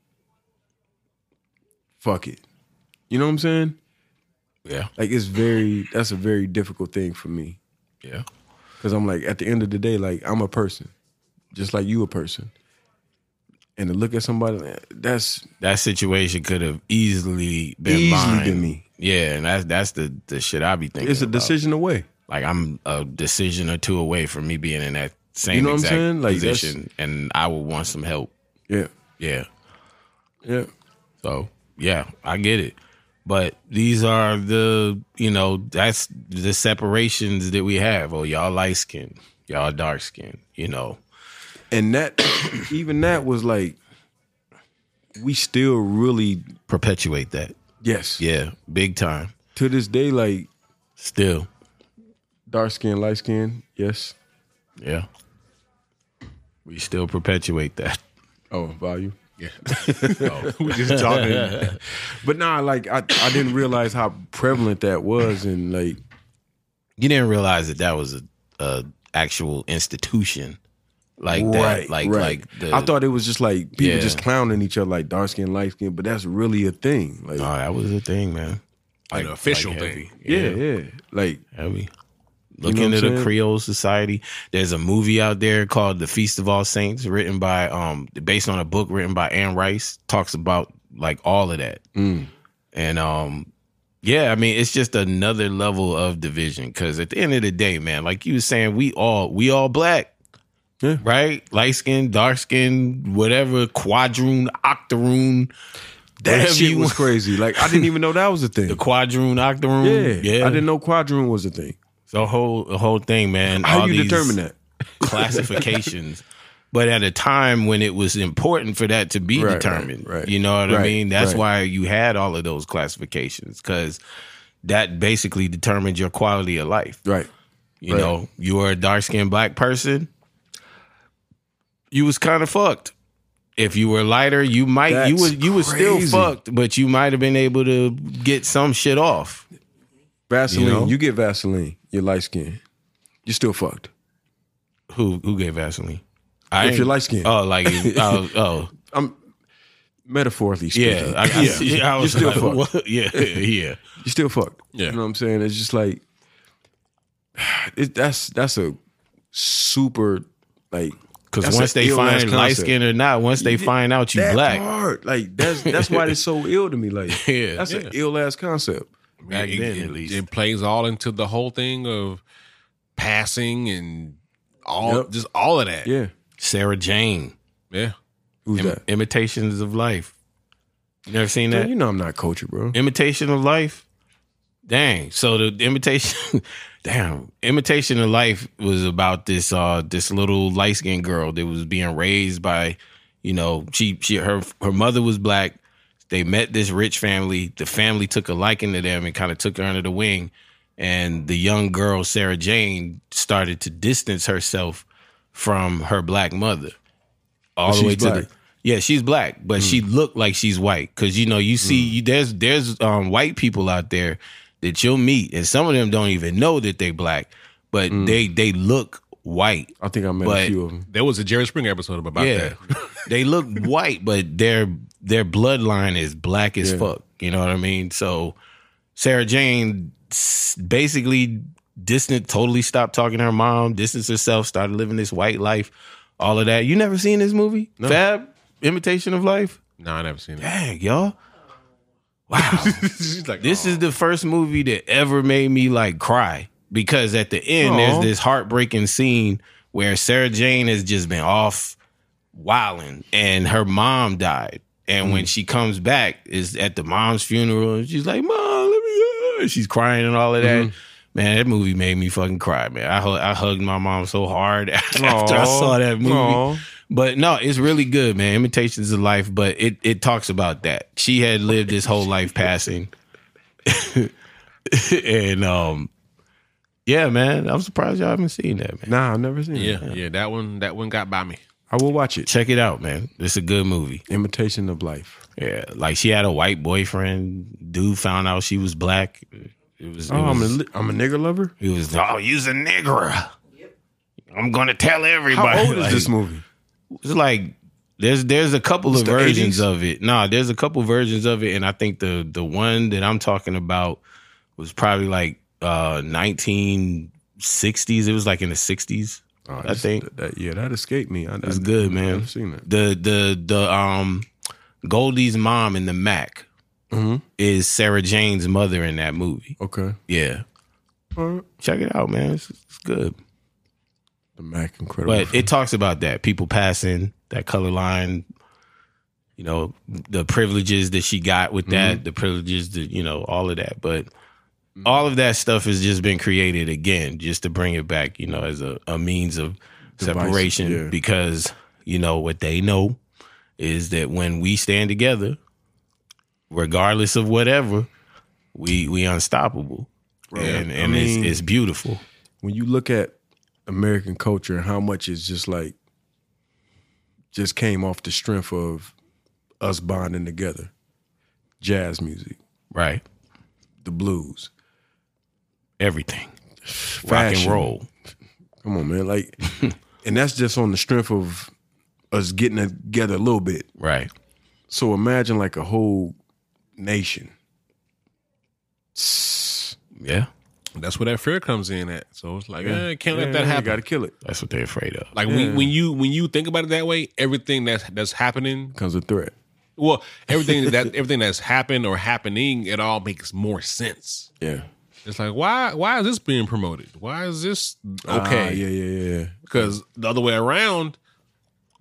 Speaker 2: fuck it. You know what I'm saying?
Speaker 1: Yeah.
Speaker 2: Like it's very that's a very difficult thing for me
Speaker 1: Yeah.
Speaker 2: cuz I'm like at the end of the day like I'm a person just like you a person. And to look at somebody like, that's
Speaker 1: That situation could have easily been
Speaker 2: Easily
Speaker 1: mine.
Speaker 2: been me.
Speaker 1: Yeah, and that's that's the, the shit I be thinking.
Speaker 2: it's a
Speaker 1: about.
Speaker 2: decision away.
Speaker 1: Like I'm a decision or two away from me being in that same
Speaker 2: You know what I'm
Speaker 1: exact
Speaker 2: saying? Like, that's-
Speaker 1: position, and I would want some help.
Speaker 2: Yeah.
Speaker 1: Yeah.
Speaker 2: Yeah.
Speaker 1: So yeah, I get it. But these are the you know that's the separations that we have. Oh, y'all light skin, y'all dark skin. You know.
Speaker 2: And that even that was like we still really
Speaker 1: Perpetuate that.
Speaker 2: yes.
Speaker 1: Yeah, big time.
Speaker 2: To this day like
Speaker 1: Still.
Speaker 2: dark skin, light skin, yes.
Speaker 1: Yeah. We still perpetuate that.
Speaker 2: Oh, value.
Speaker 4: we just talking.
Speaker 2: But nah, like I, I didn't realize how prevalent that was, and like
Speaker 1: You didn't realize that that was a, a actual institution like that. Like like the,
Speaker 2: I thought it was just like people
Speaker 1: Yeah.
Speaker 2: just clowning each other, like dark skin, light skin, but that's really a thing. Like,
Speaker 1: No, that was the thing, man.
Speaker 4: Like, an official
Speaker 1: like
Speaker 4: thing.
Speaker 1: heavy.
Speaker 2: yeah, yeah, like
Speaker 1: Heavy. Look
Speaker 2: know what I'm
Speaker 1: into the
Speaker 2: saying?
Speaker 1: Creole Society. There's a movie out there called The Feast of All Saints, written by um based on a book written by Anne Rice, talks about like all of that.
Speaker 2: Mm.
Speaker 1: And um yeah, I mean it's just another level of division. Cause at the end of the day, man, like you was saying, we all we all black.
Speaker 2: Yeah.
Speaker 1: Right? Light skin, dark skin, whatever, quadroon, octoroon,
Speaker 2: that
Speaker 1: whatever
Speaker 2: shit
Speaker 1: you
Speaker 2: was
Speaker 1: want.
Speaker 2: crazy. Like I didn't even know that was a thing.
Speaker 1: the quadroon, octoroon.
Speaker 2: yeah, I didn't know quadroon was a thing.
Speaker 1: The whole the whole thing, man.
Speaker 2: How
Speaker 1: all
Speaker 2: you
Speaker 1: these
Speaker 2: determine that?
Speaker 1: classifications. But at a time when it was important for that to be
Speaker 2: Right,
Speaker 1: determined,
Speaker 2: right, right.
Speaker 1: you know what I
Speaker 2: Right,
Speaker 1: mean. That's
Speaker 2: right.
Speaker 1: why you had all of those classifications because that basically determined your quality of life.
Speaker 2: Right.
Speaker 1: You
Speaker 2: right.
Speaker 1: know, you were a dark skinned black person, you was kind of fucked. If you were lighter, you might you
Speaker 2: That's
Speaker 1: was you was still
Speaker 2: crazy.
Speaker 1: fucked, but you might have been able to get some shit off.
Speaker 2: Vaseline.
Speaker 1: You know?
Speaker 2: you get Vaseline. You're light skin. You're still fucked.
Speaker 1: Who who gave Vaseline?
Speaker 2: If
Speaker 1: ain't-
Speaker 2: you're light-skinned.
Speaker 1: Oh, like oh, oh
Speaker 2: Metaphorically speaking.
Speaker 1: Yeah, I, I, yeah. I was
Speaker 2: You're still
Speaker 1: like, what? Yeah, yeah.
Speaker 2: you're still fucked.
Speaker 4: Yeah.
Speaker 2: You know what I'm saying? It's just like it, that's that's a super like
Speaker 1: Because
Speaker 2: that's
Speaker 1: once
Speaker 2: a
Speaker 1: they
Speaker 2: ill-ass
Speaker 1: find light
Speaker 2: concept.
Speaker 1: skin or not, once they find out you
Speaker 2: that
Speaker 1: black,
Speaker 2: part, like that's that's why it's so ill to me. Like
Speaker 1: Yeah,
Speaker 2: that's
Speaker 1: yeah.
Speaker 2: an ill ass concept.
Speaker 1: back
Speaker 4: it,
Speaker 1: then
Speaker 4: it-
Speaker 1: at least.
Speaker 4: it plays all into the whole thing of passing and all
Speaker 2: Yep.
Speaker 4: just all of that.
Speaker 2: Yeah,
Speaker 1: Sarah Jane,
Speaker 4: yeah.
Speaker 2: who's
Speaker 1: Im-
Speaker 2: that?
Speaker 1: Imitations of Life. You never seen that?
Speaker 2: Man, you know I'm not cultured, bro.
Speaker 1: Imitation of Life. Dang. So the imitation, damn, Imitation of Life was about this uh this little light skinned girl that was being raised by, you know, she she her her mother was black. They met this rich family. The family took a liking to them and kind of took her under the wing. And the young girl Sarah Jane started to distance herself from her black mother, all
Speaker 2: But
Speaker 1: the way
Speaker 2: she's
Speaker 1: to
Speaker 2: black. Hmm.
Speaker 1: the yeah, she's black, but she looked like she's white because you know you see you, there's there's um, white people out there that you'll meet, and some of them don't even know that they black, but
Speaker 2: Hmm.
Speaker 1: they they look white.
Speaker 2: I think I met
Speaker 1: But-
Speaker 2: a few of them.
Speaker 4: There was a Jerry Springer episode about
Speaker 1: yeah,
Speaker 4: that.
Speaker 1: they look white, but their their bloodline is black as
Speaker 2: Yeah.
Speaker 1: fuck. You know what I mean? So Sarah Jane s- basically distant, totally stopped talking to her mom, distanced herself, started living this white life, all of that. You never seen this movie? Fab Imitation of Life.
Speaker 4: No, I never seen it.
Speaker 1: Dang, y'all. Wow.
Speaker 4: She's like,
Speaker 1: this
Speaker 4: "Oh."
Speaker 1: is the first movie that ever made me like cry because at the end,
Speaker 2: Aw.
Speaker 1: there's this heartbreaking scene where Sarah Jane has just been off wilding and her mom died. And
Speaker 2: Mm.
Speaker 1: when she comes back, is at the mom's funeral, and she's like, Mom, let me uh," She's crying and all of that.
Speaker 2: Mm-hmm.
Speaker 1: Man, that movie made me fucking cry, man. I, hu- I hugged my mom so hard after I
Speaker 2: Aw.
Speaker 1: saw that movie.
Speaker 2: Aw.
Speaker 1: But no, it's really good, man. Imitations of life, but it it talks about that. She had lived this whole life passing. and um yeah, man. I'm surprised y'all haven't seen that, man.
Speaker 2: Nah, I've never seen. it.
Speaker 4: "Oh, yeah, yeah, that one that one got by me.
Speaker 2: I will watch it.
Speaker 1: Check it out, man. It's a good movie.
Speaker 2: Imitation of life.
Speaker 1: Yeah. Like she had a white boyfriend. Dude found out she was black. It was, it
Speaker 2: Oh, I'm a
Speaker 1: was,
Speaker 2: li- I'm a nigga lover.
Speaker 1: he was oh, you's a nigger. I'm gonna tell
Speaker 2: How
Speaker 1: everybody.
Speaker 2: old is
Speaker 1: Like,
Speaker 2: this movie?
Speaker 1: it's like there's there's a couple of
Speaker 2: the
Speaker 1: versions
Speaker 2: 80s?
Speaker 1: of it. Nah, there's a couple versions of it, and I think the the one that I'm talking about was probably like uh 1960s. It was like in the 60s.
Speaker 2: Oh,
Speaker 1: I
Speaker 2: this-
Speaker 1: think
Speaker 2: that, yeah, that escaped me. I,
Speaker 1: it's
Speaker 2: I-
Speaker 1: good,
Speaker 2: I've
Speaker 1: man.
Speaker 2: never seen that.
Speaker 1: The the the um Goldie's mom in the Mac
Speaker 2: Mhm.
Speaker 1: is Sarah Jane's mother in that movie.
Speaker 2: Okay,
Speaker 1: Yeah,
Speaker 2: All right.
Speaker 1: check it out, man. It's, it's good.
Speaker 2: the Mac incredible.
Speaker 1: But it talks about that people passing that color line, you know, the privileges that she got with that,
Speaker 2: Mm-hmm.
Speaker 1: the privileges that you know, all of that. But all of that stuff has just been created again, just to bring it back, you know, as a, a means of
Speaker 2: Device,
Speaker 1: separation.
Speaker 2: yeah.
Speaker 1: Because you know what they know is that when we stand together, regardless of whatever, we we unstoppable, and
Speaker 2: I
Speaker 1: and
Speaker 2: mean-
Speaker 1: it's, it's beautiful.
Speaker 2: when you look at American culture and how much is just like just came off the strength of us bonding together. Jazz music,
Speaker 1: Right,
Speaker 2: the blues.
Speaker 1: everything, rock and
Speaker 2: Fashion.
Speaker 1: roll.
Speaker 2: Come on, man. Like and that's just on the strength of us getting it together a little bit.
Speaker 1: Right.
Speaker 2: So imagine like a whole nation. That's
Speaker 1: Yeah.
Speaker 4: That's where that fear comes in at. So it's like, eh, can't
Speaker 2: Yeah,
Speaker 4: let that
Speaker 2: you
Speaker 4: happen.
Speaker 2: Got to kill it.
Speaker 1: That's what they're afraid of.
Speaker 4: Like when, when you when you think about it that way, everything that's that's happening,
Speaker 2: Comes a threat.
Speaker 4: well, everything that everything that's happened or happening, it all makes more sense.
Speaker 2: Yeah.
Speaker 4: It's like why why is this being promoted? Why is this
Speaker 2: Ah,
Speaker 4: okay?
Speaker 2: yeah, yeah, yeah.
Speaker 4: Because the other way around,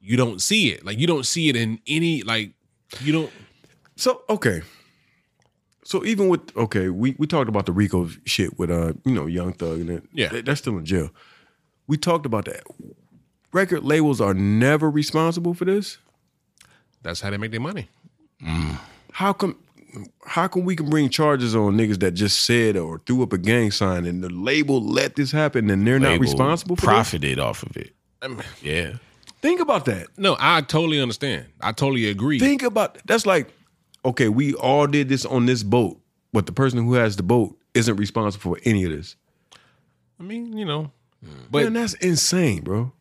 Speaker 4: you don't see it. Like you don't see it in any like you don't.
Speaker 2: So okay. So even with okay, we we talked about the Rico shit with uh you know Young Thug and that,
Speaker 4: Yeah.
Speaker 2: they- they're still in jail. We talked about that. Record labels are never responsible for this.
Speaker 4: That's how they make their money.
Speaker 2: How come? How come we can bring charges on niggas that just said or threw up a gang sign and the label let this happen and they're not
Speaker 1: Label
Speaker 2: responsible for this?
Speaker 1: profited off of it. yeah.
Speaker 2: Think about that.
Speaker 4: No, I totally understand. I totally agree.
Speaker 2: Think about that's like okay, we all did this on this boat, but the person who has the boat isn't responsible for any of this.
Speaker 4: I mean, you know,
Speaker 2: But Man, that's insane, bro.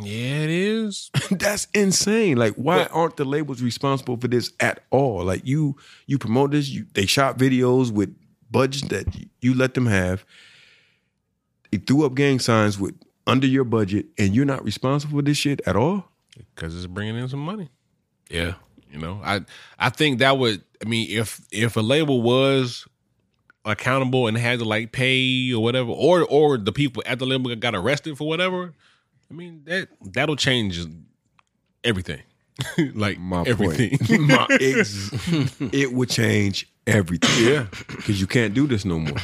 Speaker 4: yeah, it is.
Speaker 2: That's insane. Like, why aren't the labels responsible for this at all? Like, you you promote this. You, they shot videos with budgets that you let them have. They threw up gang signs with under your budget, and you're not responsible for this shit at all.
Speaker 4: Because it's bringing in some money.
Speaker 1: Yeah.
Speaker 4: You know, I I think that would I mean if if a label was accountable and had to like pay or whatever, or or the people at the label got arrested for whatever, I mean that that'll change everything. like
Speaker 2: My
Speaker 4: everything.
Speaker 2: point. My ex- it would change everything. Yeah, because you can't do this no more.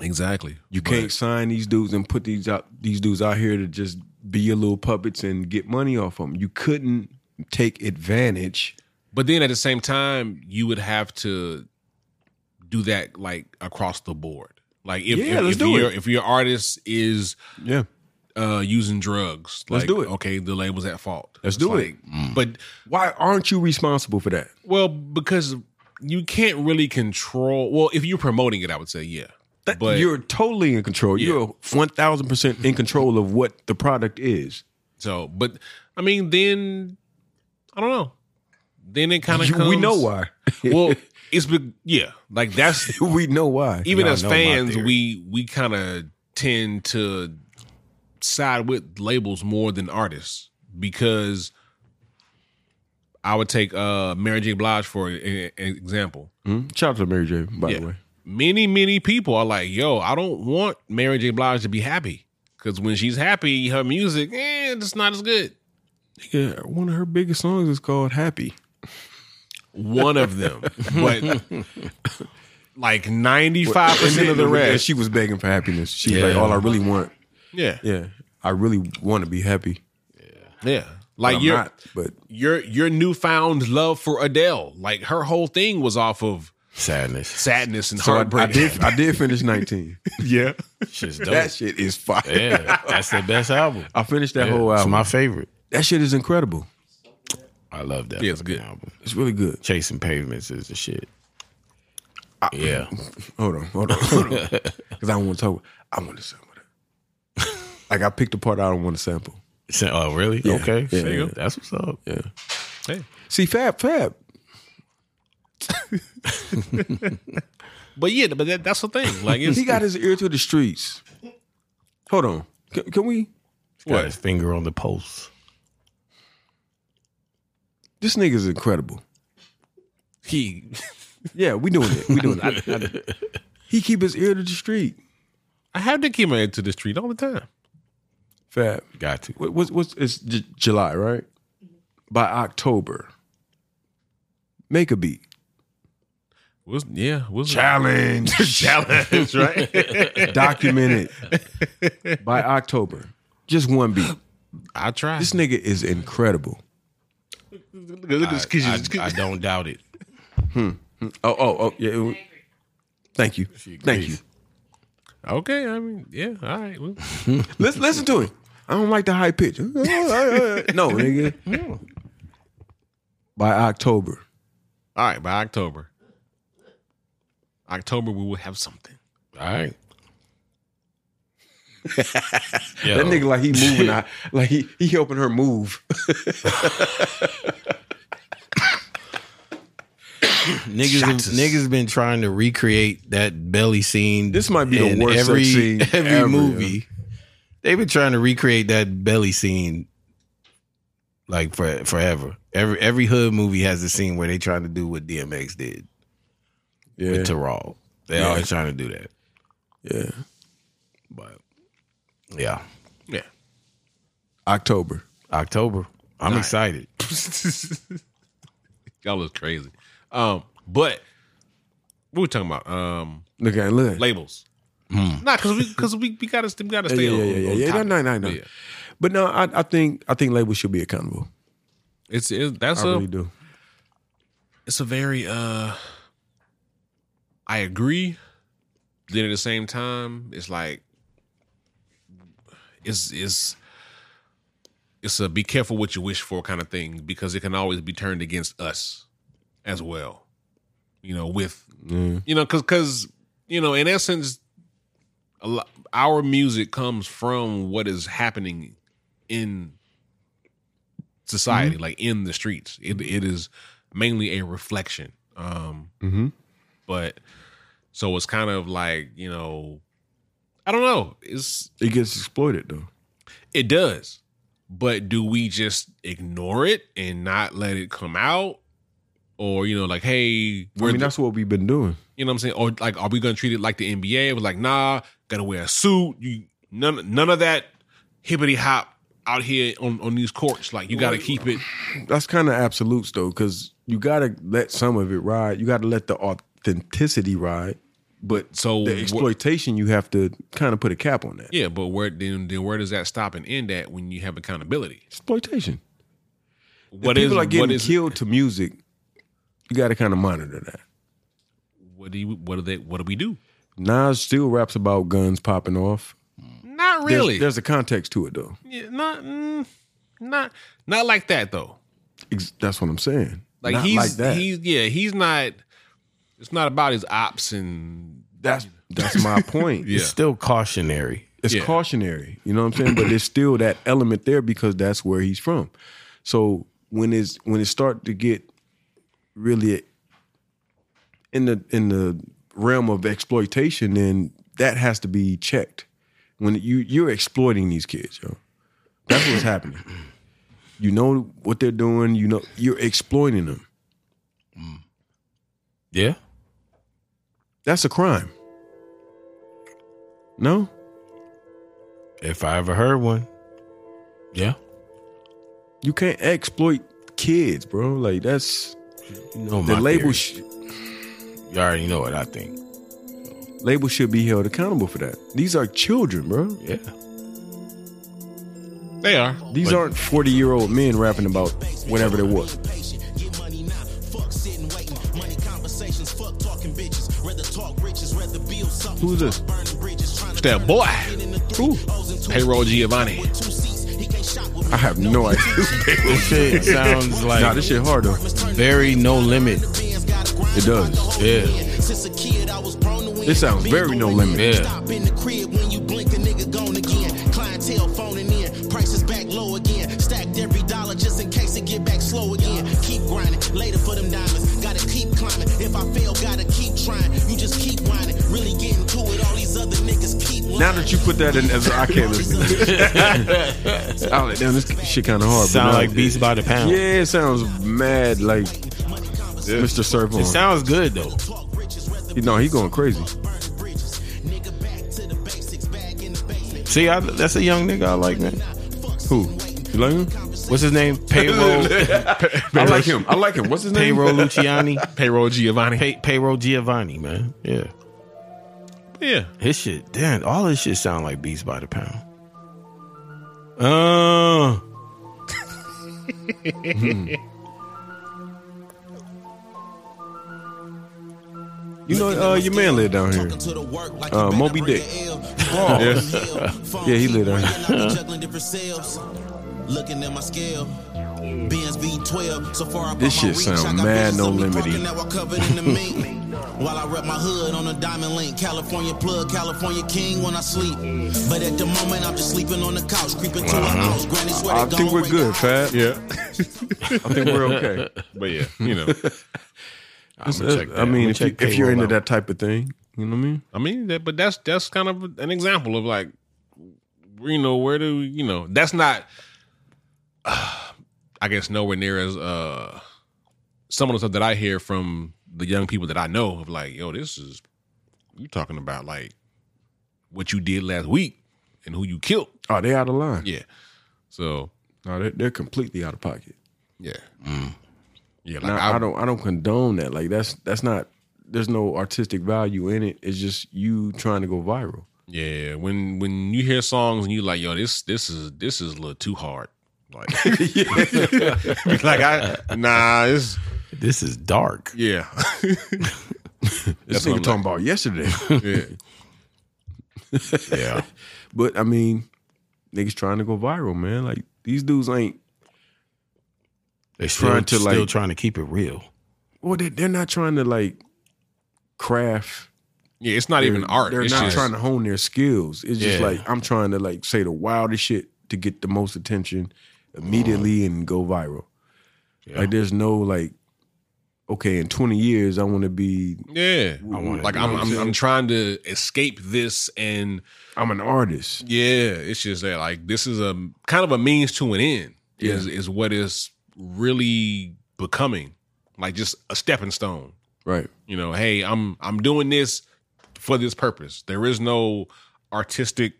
Speaker 4: exactly.
Speaker 2: You can't sign these dudes and put these out these dudes out here to just be your little puppets and get money off them. You couldn't take advantage.
Speaker 4: But then at the same time, you would have to do that like across the board. Like if
Speaker 2: Yeah,
Speaker 4: if,
Speaker 2: let's
Speaker 4: if
Speaker 2: do
Speaker 4: your
Speaker 2: it.
Speaker 4: if your artist is
Speaker 2: Yeah.
Speaker 4: uh using drugs,
Speaker 2: Let's
Speaker 4: like,
Speaker 2: do it.
Speaker 4: Okay, the label's at fault.
Speaker 2: Let's
Speaker 4: It's
Speaker 2: do
Speaker 4: like,
Speaker 2: it.
Speaker 4: But
Speaker 2: Why aren't you responsible for that?
Speaker 4: Well, because you can't really control. Well, if you're promoting it, I would say yeah.
Speaker 2: That-
Speaker 4: but
Speaker 2: you're totally in control. You're one thousand percent in control of what the product is.
Speaker 4: so, but I mean, then I don't know. Then it kind of
Speaker 2: You-
Speaker 4: comes.
Speaker 2: we know why.
Speaker 4: well, it's be, yeah, like that's
Speaker 2: we know why.
Speaker 4: even
Speaker 1: Y'all
Speaker 4: as
Speaker 1: know my
Speaker 4: fans,
Speaker 1: theory.
Speaker 4: we we kind of tend to side with labels more than artists because I would take uh Mary J. Blige for an an example.
Speaker 2: Hmm? Shout out to Mary J. By
Speaker 4: Yeah.
Speaker 2: the way,
Speaker 4: many many people are like, "Yo, I don't want Mary J. Blige to be happy because when she's happy, her music, eh, it's not as good."
Speaker 2: yeah, one of her biggest songs is called "Happy."
Speaker 4: One of them, but like ninety five percent of the
Speaker 2: And
Speaker 4: rest,
Speaker 2: she was begging for happiness. She's like,
Speaker 1: Yeah.
Speaker 2: "All I really want,
Speaker 4: yeah, yeah,
Speaker 2: yeah, I really want to be happy."
Speaker 4: like
Speaker 2: I'm
Speaker 4: your
Speaker 2: not, but
Speaker 4: your your newfound love for Adele, like her whole thing was off of
Speaker 1: Sadness.
Speaker 4: sadness and
Speaker 2: so I, I
Speaker 4: heartbreak.
Speaker 2: did. I did finish nineteen.
Speaker 4: yeah,
Speaker 1: Shit's dope.
Speaker 2: that shit is fire.
Speaker 1: yeah. That's the best album.
Speaker 2: I finished that
Speaker 1: Yeah,
Speaker 2: whole
Speaker 1: It's
Speaker 2: album.
Speaker 1: my favorite.
Speaker 2: that shit is incredible.
Speaker 1: I love that.
Speaker 4: Yeah, it's
Speaker 1: fucking
Speaker 4: good.
Speaker 1: album.
Speaker 2: It's really good.
Speaker 1: Chasing pavements is the shit. yeah.
Speaker 2: Hold on, hold on, hold on. Because I don't want to talk. I want to sample that. like I picked the part I don't want to sample.
Speaker 1: So- Oh, really?
Speaker 2: Yeah,
Speaker 1: Okay.
Speaker 2: yeah,
Speaker 1: See,
Speaker 2: yeah.
Speaker 1: That's what's up.
Speaker 2: Yeah.
Speaker 4: Hey.
Speaker 2: See, Fab, Fab.
Speaker 4: but yeah, but that, that's the thing. Like it's
Speaker 2: He got his ear to the streets. Hold on. Can, can we?
Speaker 1: Got his finger on the pulse.
Speaker 2: This nigga's incredible.
Speaker 4: he.
Speaker 2: Yeah, we doing it. We doing it. he keep his ear to the street.
Speaker 4: I have to keep my head to the street all the time.
Speaker 2: Fab.
Speaker 1: Got to.
Speaker 2: What, what's what's it's J- July, right? By October, make a beat.
Speaker 4: Was yeah, was
Speaker 2: Challenge.
Speaker 4: challenge, right?
Speaker 2: Document it by October. Just one beat.
Speaker 4: I tried.
Speaker 2: This nigga is incredible.
Speaker 4: Look at
Speaker 1: I, I don't doubt it.
Speaker 2: Oh, oh, oh, yeah. it- thank you, thank you.
Speaker 4: Okay, I mean, yeah, all right. Well,
Speaker 2: Listen, listen to it. I don't like the high pitch. Oh, no, oh. nigga. By October,
Speaker 4: all right, by October. October we will have something.
Speaker 1: All right. Yo.
Speaker 2: That nigga like he moving out, like he he helping her move.
Speaker 1: Niggas, have, niggas been trying to recreate that belly scene.
Speaker 2: This might be the
Speaker 1: in
Speaker 2: worst sex
Speaker 1: every
Speaker 2: scene
Speaker 1: every
Speaker 2: ever, yo.
Speaker 1: movie. They've been trying to recreate that belly scene like for forever. Every every hood movie has a scene where they trying to do what DMX did
Speaker 2: Yeah,
Speaker 1: with Terrell. They
Speaker 2: Yeah.
Speaker 1: always trying to do that.
Speaker 2: yeah.
Speaker 1: But yeah,
Speaker 4: Yeah.
Speaker 2: October.
Speaker 1: October. I'm excited.
Speaker 4: Y'all look crazy. Um, but what we talking about? Um,
Speaker 2: Look at look. At,
Speaker 4: labels. Nah, because we because we, we gotta st- we gotta
Speaker 2: Hmm. yeah,
Speaker 4: stay
Speaker 2: yeah,
Speaker 4: on.
Speaker 2: yeah, yeah,
Speaker 4: on
Speaker 2: yeah. No,
Speaker 4: topic.
Speaker 2: no, no, no.
Speaker 4: Yeah.
Speaker 2: But no, I, I think I think labels should be accountable.
Speaker 4: It's it, that's
Speaker 2: I
Speaker 4: a
Speaker 2: really do.
Speaker 4: it's a very uh I agree. Then at the same time, it's like it's it's it's a be careful what you wish for kind of thing because it can always be turned against us as well. You know, with you know, cause cause, you know, in essence, a lot, our music comes from what is happening in society,
Speaker 2: Mm-hmm.
Speaker 4: like in the streets. It it is mainly a reflection. Um,
Speaker 2: Mm-hmm.
Speaker 4: but so it's kind of like you know, I don't know. It's
Speaker 2: It gets exploited though.
Speaker 4: it does, but do we just ignore it and not let it come out, or you know, like hey,
Speaker 2: I
Speaker 4: we're
Speaker 2: mean, that's what we've been doing.
Speaker 4: you know what I'm saying, or like are we gonna treat it like the NBA? It was like nah, gotta wear a suit. You none none of that hippity hop out here on on these courts. Like you gotta keep it.
Speaker 2: That's kind of absolutes though, because you gotta let some of it ride. You gotta let the authenticity ride, but
Speaker 4: So
Speaker 2: the
Speaker 4: what-
Speaker 2: exploitation you have to kind of put a cap on that
Speaker 4: Yeah, but where then then where does that stop and end at when you have accountability?
Speaker 2: exploitation.
Speaker 4: What
Speaker 2: people are
Speaker 4: what
Speaker 2: getting
Speaker 4: is
Speaker 2: killed to music. You got to kind of monitor that.
Speaker 4: what do you what do they what do we do?
Speaker 2: Nas still raps about guns popping off.
Speaker 4: Not
Speaker 2: There's-
Speaker 4: really.
Speaker 2: There's, a context to it though.
Speaker 4: Yeah, not mm, not not like that though.
Speaker 2: Ex- that's what I'm saying.
Speaker 4: Like
Speaker 2: Not
Speaker 4: he's
Speaker 2: like that.
Speaker 4: he's yeah he's not. It's not about his ops and
Speaker 2: that's that's my point.
Speaker 4: Yeah.
Speaker 1: It's still cautionary.
Speaker 2: It's
Speaker 4: Yeah.
Speaker 2: cautionary, you know what I'm saying? But there's still that element there because that's where he's from. So when it's when it start to get really in the in the realm of exploitation, then that has to be checked. When you you're exploiting these kids, yo, that's what's happening. You know what they're doing. You know you're exploiting them.
Speaker 1: Yeah.
Speaker 2: That's a crime. No,
Speaker 1: If I ever heard one. Yeah.
Speaker 2: you can't exploit kids, bro. Like that's
Speaker 1: You know
Speaker 2: the
Speaker 1: my
Speaker 2: label.
Speaker 1: theory.
Speaker 2: Sh-
Speaker 1: you already know what I think.
Speaker 2: labels should be held accountable for that. These are children, bro.
Speaker 1: Yeah.
Speaker 4: they are.
Speaker 2: These aren't 40 year old men rapping about whatever they was.
Speaker 7: Get money now, fuck sitting waiting. Money conversations, fuck talking bitches. Rather talk riches, rather build something.
Speaker 2: Who's this?
Speaker 7: Burning bridges, trying
Speaker 4: It's
Speaker 7: to
Speaker 4: that boy. Payroll Giovanni.
Speaker 7: two seats. He can't shop with
Speaker 2: I have no idea.
Speaker 1: This shit sounds like
Speaker 2: nah, this shit hard though.
Speaker 1: very no limit.
Speaker 7: bands, gotta grind.
Speaker 2: It does.
Speaker 1: Yeah.
Speaker 7: Since a kid, I was prone to win.
Speaker 2: This sounds very no limit.
Speaker 1: Yeah.
Speaker 7: Stop in the crib when you blink, a nigga gone again. Clientele phoning in, prices back low again. Stacked every dollar just in case it get back slow again. Keep grinding, later for them diamonds. Gotta keep climbing. If I fail, gotta keep trying. You just keep whining, really getting to it. All these other niggas keep lying.
Speaker 2: Now that you put that in, as I can't listen to this. I was like, damn, this shit kind of hard. but
Speaker 1: Sound
Speaker 2: nah,
Speaker 1: like Beats by the Pound.
Speaker 2: Yeah, it sounds mad like Mr. Surf on.
Speaker 1: It sounds good though.
Speaker 2: no, he going crazy.
Speaker 1: See, I, that's a young nigga I like, man.
Speaker 2: Who? You like him?
Speaker 1: What's his name? Payroll.
Speaker 2: I like him. I like him. What's his name?
Speaker 1: Payroll Luciani.
Speaker 4: Payroll Giovanni.
Speaker 1: Pay, payroll Giovanni, man. Yeah.
Speaker 4: yeah.
Speaker 1: His shit, damn, all his shit sound like beats by the pound. Uh
Speaker 2: You know, uh, your man live down here.
Speaker 7: Talking to the work like
Speaker 2: Uh,
Speaker 7: you better
Speaker 2: Moby
Speaker 7: bring
Speaker 2: Dick.
Speaker 7: a L.
Speaker 2: Yeah.
Speaker 7: Phone
Speaker 2: Yeah, he
Speaker 7: keep
Speaker 2: lit on
Speaker 7: ringing, I be juggling different sales. Looking at my scale. Benz B12, so far up
Speaker 2: This
Speaker 7: on my
Speaker 2: shit
Speaker 7: reach,
Speaker 2: sound
Speaker 7: I got
Speaker 2: mad
Speaker 7: bitches
Speaker 2: no
Speaker 7: on me
Speaker 2: limity.
Speaker 7: parking Now I covered in the mink. While I rep my hood on a diamond link, California plug, California king when I sleep. But at the moment, I'm just sleeping on the couch, creeping to a house. Granny swear
Speaker 2: Uh-huh. I
Speaker 7: they
Speaker 2: think
Speaker 7: gone
Speaker 2: we're
Speaker 7: break
Speaker 2: good,
Speaker 7: out.
Speaker 2: Fab.
Speaker 4: Yeah,
Speaker 2: I think we're okay.
Speaker 4: but yeah, you know,
Speaker 1: I'm gonna check that.
Speaker 2: I
Speaker 1: I'ma
Speaker 2: mean, if, you,
Speaker 1: check
Speaker 2: if you're into
Speaker 1: payroll out.
Speaker 2: that type of thing, you know what I mean?
Speaker 4: I mean, that, but that's that's kind of an example of like, you know, where do you know? That's not, I guess, nowhere near as uh some of the stuff that I hear from the young people that I know of. Like, yo, this is you talking about like what you did last week and who you killed.
Speaker 2: Oh, they out of line.
Speaker 4: Yeah, so
Speaker 2: No, they're, they're completely out of pocket.
Speaker 4: yeah, yeah. Like
Speaker 2: Now, I, don't I don't condone that. Like that's that's not there's no artistic value in it. It's just you trying to go viral.
Speaker 4: Yeah, when when you hear songs and you like, yo, this this is this is a little too hard. Like, like I nah, it's
Speaker 1: This is dark.
Speaker 4: yeah,
Speaker 2: This
Speaker 4: what
Speaker 2: nigga
Speaker 4: I'm
Speaker 2: talking about yesterday.
Speaker 4: yeah.
Speaker 1: Yeah.
Speaker 2: but I mean, niggas trying to go viral, man. Like these dudes ain't
Speaker 1: They're still,
Speaker 2: Trying to, like-
Speaker 1: still trying to keep it real.
Speaker 2: well, they, they're not trying to like craft
Speaker 4: yeah. It's not even
Speaker 2: They're-
Speaker 4: art.
Speaker 2: They're
Speaker 4: it's
Speaker 2: not
Speaker 4: just,
Speaker 2: trying to hone their skills. It's just
Speaker 1: Yeah.
Speaker 2: like I'm trying to like say the wildest shit to get the most attention immediately
Speaker 4: Uh-huh.
Speaker 2: and go viral.
Speaker 1: Yeah.
Speaker 2: Like there's no like, okay, in 20 years I want to be
Speaker 4: Yeah,
Speaker 1: wanna
Speaker 4: like
Speaker 1: do
Speaker 4: I'm,
Speaker 1: what
Speaker 4: I'm I'm trying to escape this, and
Speaker 2: I'm an artist.
Speaker 4: yeah, it's just that like this is a kind of a means to an end. Is is what is really becoming like just a stepping stone.
Speaker 2: Right.
Speaker 4: you know hey i'm i'm doing this for this purpose there is no artistic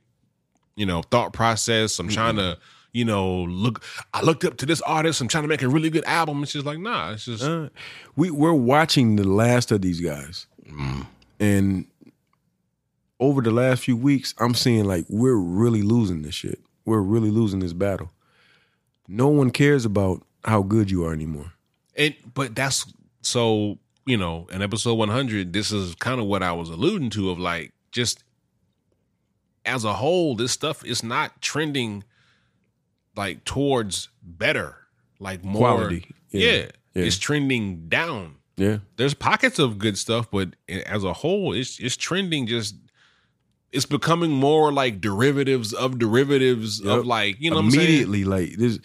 Speaker 4: you know thought process
Speaker 2: Mm-hmm.
Speaker 4: i'm trying to you know look i looked up to this artist i'm trying to make a really good album it's just like nah it's just
Speaker 2: Uh, we we're watching the last of these guys,
Speaker 4: Mm-hmm.
Speaker 2: and over the last few weeks, I'm seeing like we're really losing this shit. We're really losing this battle. No one cares about how good you are anymore.
Speaker 4: it but that's so you know in episode 100 this is kind of what i was alluding to of like just as a whole this stuff is not trending like towards better like more
Speaker 2: Quality.
Speaker 4: yeah,
Speaker 2: Yeah. Yeah.
Speaker 4: it's trending down
Speaker 2: Yeah.
Speaker 4: there's pockets of good stuff, but as a whole, it's it's trending just. It's becoming more like derivatives of derivatives
Speaker 2: Yep.
Speaker 4: of like you know what I'm saying?
Speaker 2: immediately like this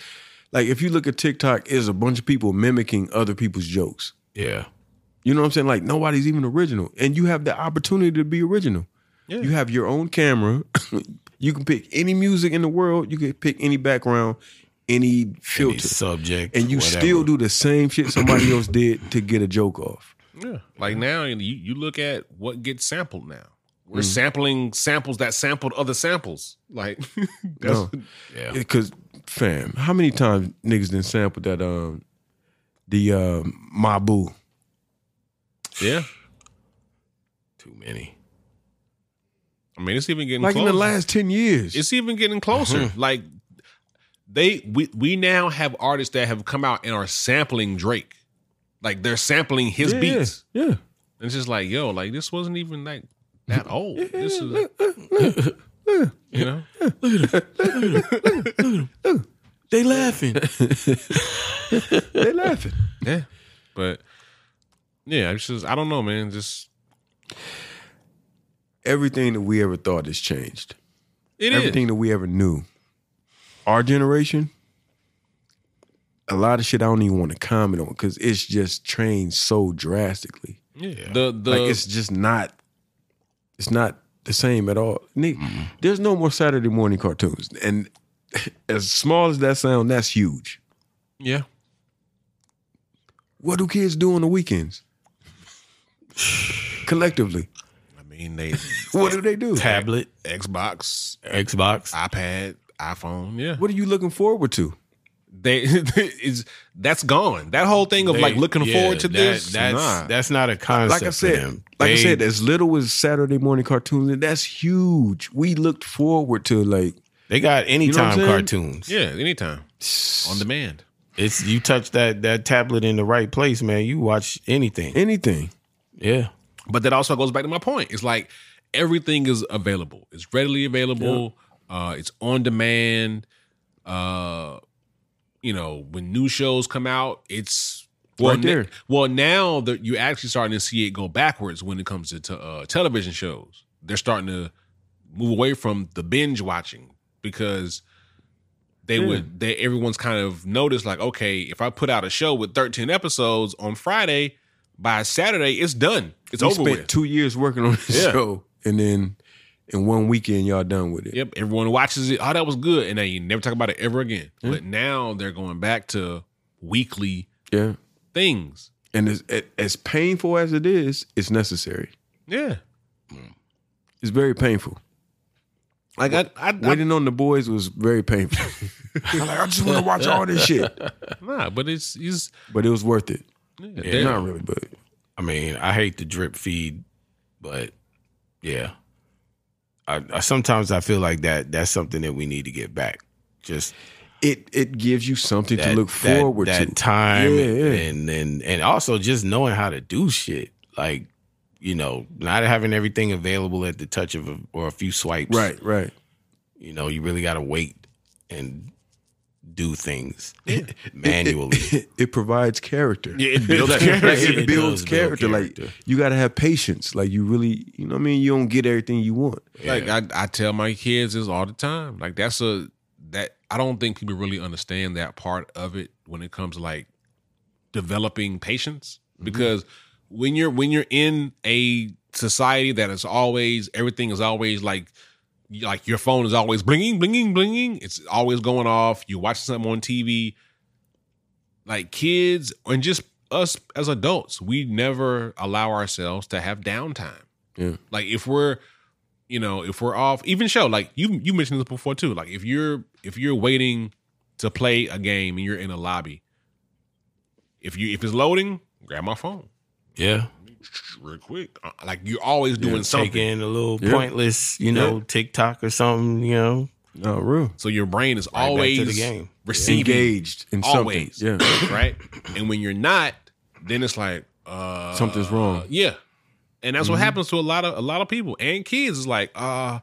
Speaker 2: like if you look at TikTok, it's a bunch of people mimicking other people's jokes.
Speaker 1: Yeah.
Speaker 2: You know what I'm saying? Like nobody's even original. And you have the opportunity to be original.
Speaker 4: Yeah.
Speaker 2: You have your own camera. you can pick any music in the world. You can pick any background, any
Speaker 1: Any
Speaker 2: filter.
Speaker 1: subject.
Speaker 2: and you
Speaker 1: whatever.
Speaker 2: still do the same shit somebody else did to get a joke off.
Speaker 4: Yeah. Like now you you look at what gets sampled now. We're
Speaker 2: Mm-hmm.
Speaker 4: sampling samples that sampled other samples. Like that's
Speaker 2: No.
Speaker 1: Yeah.
Speaker 2: Because fam, how many times niggas done sampled that um the uh Mabu?
Speaker 4: yeah.
Speaker 1: Too many.
Speaker 4: I mean it's even getting
Speaker 2: Like in
Speaker 4: closer.
Speaker 2: the last 10 years.
Speaker 4: it's even getting closer. Like they we we now have artists that have come out and are sampling Drake. Like they're sampling his
Speaker 2: Yeah, yeah,
Speaker 4: beats.
Speaker 2: Yeah.
Speaker 4: And it's just like, yo, like this wasn't even like that old. This is, you know,
Speaker 2: They laughing. they laughing.
Speaker 4: yeah. But yeah, it's just I don't know, man. Just
Speaker 2: Everything that we ever thought has changed.
Speaker 4: it is.
Speaker 2: Everything that we ever knew. Our generation, a lot of shit I don't even want to comment on because it's just changed so drastically.
Speaker 4: Yeah. The the
Speaker 2: like it's just not, it's not the same at all. Nick,
Speaker 4: Mm-hmm.
Speaker 2: There's no more Saturday morning cartoons, and as small as that sound, that's huge.
Speaker 4: yeah.
Speaker 2: What do kids do on the weekends? Collectively,
Speaker 4: I mean, they
Speaker 2: what do they do?
Speaker 1: Tablet,
Speaker 4: Xbox,
Speaker 1: Xbox.
Speaker 4: iPad, iPhone. Yeah.
Speaker 2: What are you looking forward to?
Speaker 4: They is that's gone. That whole thing of like
Speaker 1: They-
Speaker 4: looking
Speaker 1: yeah,
Speaker 4: forward to
Speaker 1: that-
Speaker 4: this.
Speaker 1: That's
Speaker 4: nah.
Speaker 1: that's not a concept.
Speaker 2: Like I
Speaker 1: for
Speaker 2: said,
Speaker 1: them.
Speaker 2: like I
Speaker 1: They-
Speaker 2: said, as little as Saturday morning cartoons, that's huge. We looked forward to like
Speaker 1: they got
Speaker 2: know what I'm
Speaker 1: anytime
Speaker 2: saying?
Speaker 1: cartoons.
Speaker 4: yeah. Anytime on demand.
Speaker 1: It's you touch that that tablet in the right place, man. You watch anything.
Speaker 2: anything.
Speaker 1: Yeah.
Speaker 4: But that also goes back to my point. It's like everything is available. It's readily available. Uh, it's on demand. Uh, you know, when new shows come out, it's well,
Speaker 2: Right
Speaker 4: na-
Speaker 2: there.
Speaker 4: well now that you actually starting to see it go backwards when it comes to t- uh, television shows. They're starting to move away from the binge watching because they would they everyone's kind of noticed like okay if I put out a show with 13 episodes on Friday by Saturday it's done it's
Speaker 2: we
Speaker 4: over
Speaker 2: spent
Speaker 4: with
Speaker 2: two years working on this
Speaker 4: Yeah.
Speaker 2: show, and then in one weekend, y'all done with it.
Speaker 4: Yep, everyone watches it. Oh, that was good, and then you never talk about it ever again. But now they're going back to weekly
Speaker 2: Yeah,
Speaker 4: things.
Speaker 2: and as, a- as painful as it is, it's necessary.
Speaker 4: Yeah,
Speaker 2: It's very painful.
Speaker 4: like I, I, I
Speaker 2: Waiting on the boys was very painful. I'm like, I just want to watch all this shit,
Speaker 4: nah, but it's it's
Speaker 2: but it was worth it.
Speaker 4: yeah,
Speaker 2: Not really, but
Speaker 1: I mean, I hate the drip feed, but yeah, I, I sometimes I feel like that. That's something that we need to get back. Just
Speaker 2: it it gives you something
Speaker 1: that,
Speaker 2: to look
Speaker 1: that-
Speaker 2: forward
Speaker 1: that
Speaker 2: to.
Speaker 1: time,
Speaker 2: Yeah, yeah.
Speaker 1: and and and also just knowing how to do shit. Like you know, not having everything available at the touch of a, or a few swipes.
Speaker 2: Right, right.
Speaker 1: You know, you really got to wait and do things manually.
Speaker 2: It, it provides character.
Speaker 4: Yeah, it builds character.
Speaker 2: Like, it,
Speaker 1: It
Speaker 2: builds
Speaker 1: does build
Speaker 2: character.
Speaker 1: character.
Speaker 2: Like you got to have patience. Like you really, you know, what I mean, you don't get everything you want.
Speaker 4: like I, I tell my kids this all the time. Like that's a that I don't think people really understand that part of it when it comes to like developing patience because when you're when you're in a society that is always everything is always like like your phone is always blinging blinging blinging it's always going off you watch something on TV like kids and just us as adults we never allow ourselves to have downtime
Speaker 2: Yeah.
Speaker 4: like if we're you know, if we're off, even show like you you mentioned this before too. Like if you're if you're waiting to play a game and you're in a lobby, if you if it's loading, grab my phone
Speaker 1: yeah.
Speaker 4: real quick. Uh, Like you're always doing
Speaker 1: Take
Speaker 4: something,
Speaker 1: in a little
Speaker 2: Yeah.
Speaker 1: pointless, you know, TikTok or something, you know.
Speaker 2: No, Oh, real.
Speaker 4: so your brain is
Speaker 1: back to
Speaker 4: always
Speaker 1: the game.
Speaker 4: receiving,
Speaker 2: Engaged in
Speaker 4: always,
Speaker 2: something. Yeah,
Speaker 4: right. And when you're not, then it's like uh
Speaker 2: something's wrong.
Speaker 4: Yeah. And that's what
Speaker 1: Mm-hmm.
Speaker 4: happens to a lot of a lot of people and kids. Is like, uh,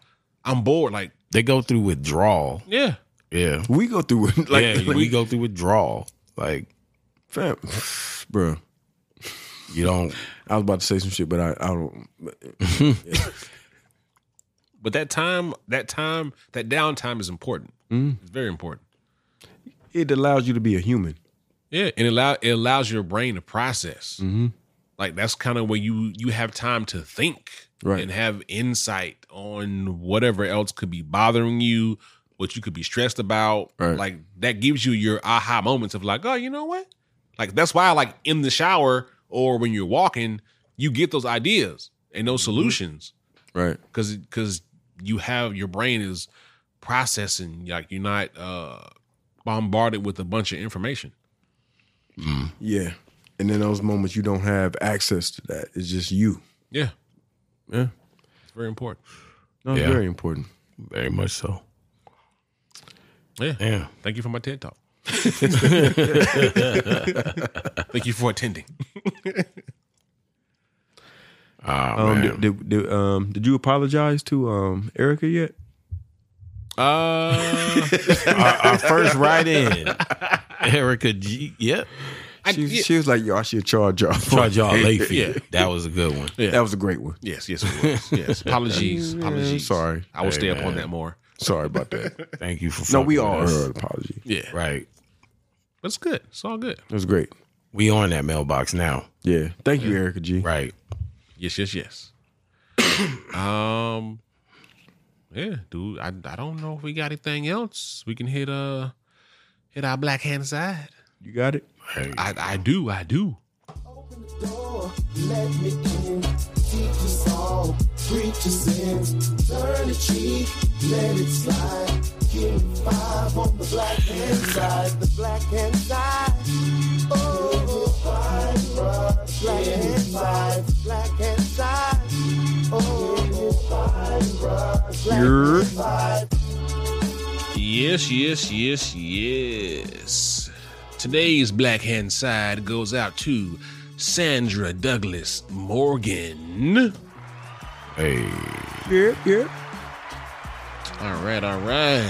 Speaker 4: I'm bored. Like,
Speaker 1: They go through withdrawal.
Speaker 4: yeah,
Speaker 1: Yeah.
Speaker 2: We go through it. Like,
Speaker 1: yeah, we go through withdrawal. Like
Speaker 2: fam, bro.
Speaker 1: you don't
Speaker 2: I was about to say some shit, but I, I don't.
Speaker 4: But that time, that time, that downtime is important.
Speaker 1: Mm.
Speaker 4: It's very important.
Speaker 2: It allows you to be a human.
Speaker 4: Yeah, and it allow it allows your brain to process.
Speaker 2: Mm-hmm.
Speaker 4: Like that's kind of where you you have time to think
Speaker 2: Right.
Speaker 4: and have insight on whatever else could be bothering you, what you could be stressed about.
Speaker 2: Right.
Speaker 4: Like that gives you your aha moments of like, oh, you know what? Like that's why like in the shower or when you're walking, you get those ideas and those solutions
Speaker 2: Mm-hmm. Right.
Speaker 4: because because you have your brain is processing like you're not uh bombarded with a bunch of information
Speaker 2: Yeah. And then those moments you don't have access to that. It's just you.
Speaker 4: yeah
Speaker 2: Yeah.
Speaker 4: it's very important
Speaker 2: No, it's
Speaker 1: Yeah.
Speaker 2: very important.
Speaker 1: very much so.
Speaker 4: yeah
Speaker 1: Yeah.
Speaker 4: thank you for my ted talk thank you for attending
Speaker 1: Oh, man.
Speaker 2: Um, did, did, did, um, did you apologize to um, Erica yet?
Speaker 4: uh
Speaker 1: our, our first write in. Erica G yep.
Speaker 4: I,
Speaker 2: She,
Speaker 4: yeah,
Speaker 2: she was like, y'all should charge y'all.
Speaker 1: Charge y'all late fee.
Speaker 4: Yeah.
Speaker 1: That was a good one.
Speaker 2: That was a great one.
Speaker 4: yes yes it was. yes apologies apologies
Speaker 2: sorry.
Speaker 4: i will
Speaker 1: Hey,
Speaker 4: stay up on
Speaker 1: man.
Speaker 4: that more
Speaker 2: Sorry about that.
Speaker 1: Thank you for
Speaker 2: no, we
Speaker 1: fucking
Speaker 2: all
Speaker 1: with us.
Speaker 2: heard an apology.
Speaker 4: yeah
Speaker 1: Right.
Speaker 4: but it's good it's all good
Speaker 2: It was great.
Speaker 1: We on that mailbox now.
Speaker 2: Yeah. Thank you, Erica G.
Speaker 1: Right.
Speaker 4: yes yes yes um yeah dude I, I don't know if we got anything else we can hit uh hit our black hand side
Speaker 2: You got it?
Speaker 1: Right.
Speaker 4: I, I do, I do.
Speaker 6: Let me in. Keep us all. Preach us in. Turn the cheek. Let it slide. Give five on the black hand side. The black hand side. Oh, five, bruh. Black hand side. Black hand side. Oh, five, bruh. Black hand side.
Speaker 4: Yes, yes, yes, yes. Today's Black Hand Side goes out to Sandra Douglas Morgan.
Speaker 1: Hey.
Speaker 2: Yeah, yeah.
Speaker 4: All right, all right.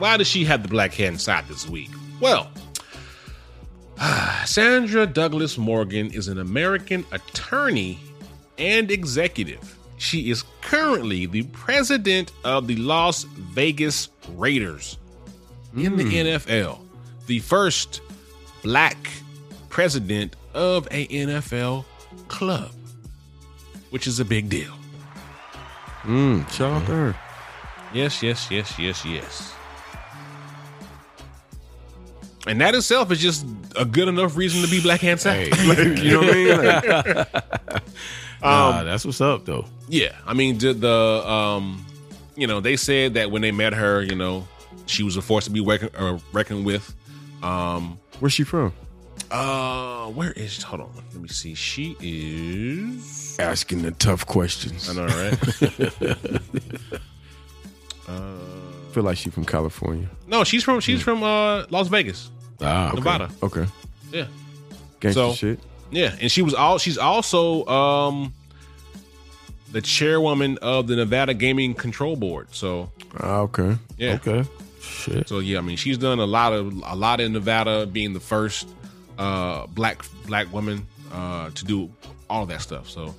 Speaker 4: Why does she have the Black Hand Side this week? Well, Sandra Douglas Morgan is an American attorney and executive. She is currently the president of the Las Vegas Raiders in the NFL, the first black president of a NFL club, which is a big deal.
Speaker 2: Mm, shout out to her.
Speaker 4: Mm-hmm. Yes, yes, yes, yes, yes. And that itself is just a good enough reason to be black and sad.
Speaker 2: You know what I mean? Like,
Speaker 1: Nah, that's what's up though.
Speaker 4: Yeah, I mean did the um, you know they said that when they met her, you know, she was a force to be reckon, uh, reckoned with. Um,
Speaker 2: where's she from?
Speaker 4: uh, where is? Hold on, let me see. She is.
Speaker 2: Asking the tough questions.
Speaker 4: I
Speaker 2: I
Speaker 4: know, right?
Speaker 2: feel like she's from California.
Speaker 4: no, she's from she's from uh Las Vegas,
Speaker 1: Ah,
Speaker 4: Nevada.
Speaker 2: Okay.
Speaker 4: Yeah,
Speaker 2: Gangster
Speaker 4: So-
Speaker 2: shit.
Speaker 4: yeah, and she was all she's also um the chairwoman of the Nevada Gaming Control Board. So
Speaker 2: Ah, okay.
Speaker 4: yeah,
Speaker 1: okay. Shit.
Speaker 4: So yeah, I mean, she's done a lot of a lot in Nevada, being the first uh, black black woman uh, to do all that stuff. So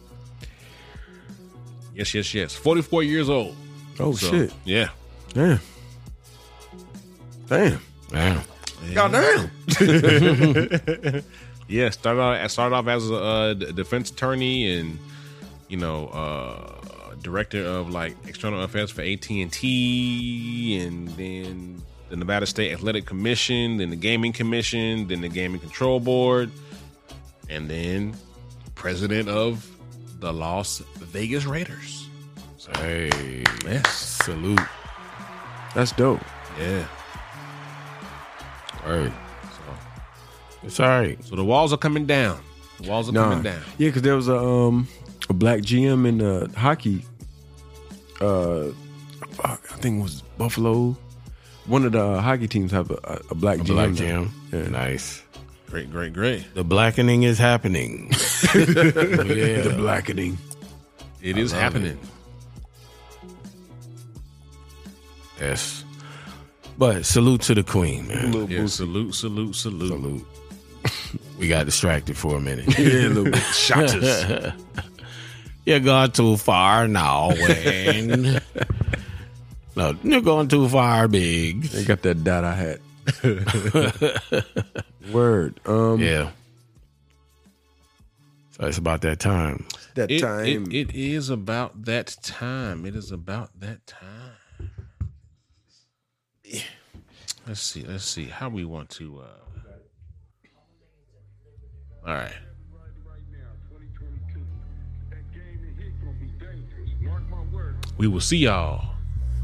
Speaker 4: yes, yes, yes. Forty four years old.
Speaker 2: Oh,
Speaker 4: So,
Speaker 2: shit.
Speaker 4: Yeah.
Speaker 2: Damn. Damn.
Speaker 1: Damn.
Speaker 2: Goddamn.
Speaker 4: Yeah. Started out started off as a uh, d- defense attorney and you know uh, director of like external affairs for AT and T, and then the Nevada State Athletic Commission, then the Gaming Commission, then the Gaming Control Board, and then president of the Las Vegas Raiders.
Speaker 1: Hey.
Speaker 4: Yes.
Speaker 1: Salute.
Speaker 2: That's dope.
Speaker 4: Yeah.
Speaker 1: All right.
Speaker 4: So,
Speaker 1: It's all right.
Speaker 4: so the walls are coming down. The walls are
Speaker 2: Nah.
Speaker 4: coming
Speaker 2: Yeah,
Speaker 4: down.
Speaker 2: because there was a um a black GM in the hockey. Uh, fuck, I think it was Buffalo. One of the uh, hockey teams have a, a, a black GM.
Speaker 1: Black
Speaker 2: now.
Speaker 1: Jam.
Speaker 2: Yeah.
Speaker 1: Nice.
Speaker 4: Great, great, great.
Speaker 1: The blackening is happening. yeah.
Speaker 2: The blackening.
Speaker 4: It is happening.
Speaker 1: Yes. But salute to the queen, man.
Speaker 4: Yeah, salute, salute, salute.
Speaker 1: Salute. we got distracted for a minute.
Speaker 2: Yeah, a little bit.
Speaker 4: Shot us.
Speaker 1: You're going too far now, Wayne. no, you're going too far, big.
Speaker 2: They got that dot I had. Word. Um,
Speaker 1: Yeah. So it's about that time.
Speaker 2: that
Speaker 4: It-
Speaker 2: time.
Speaker 4: it- it is about that time. It is about that time. Let's see. Let's see how we want to. Uh... All right. We will see y'all.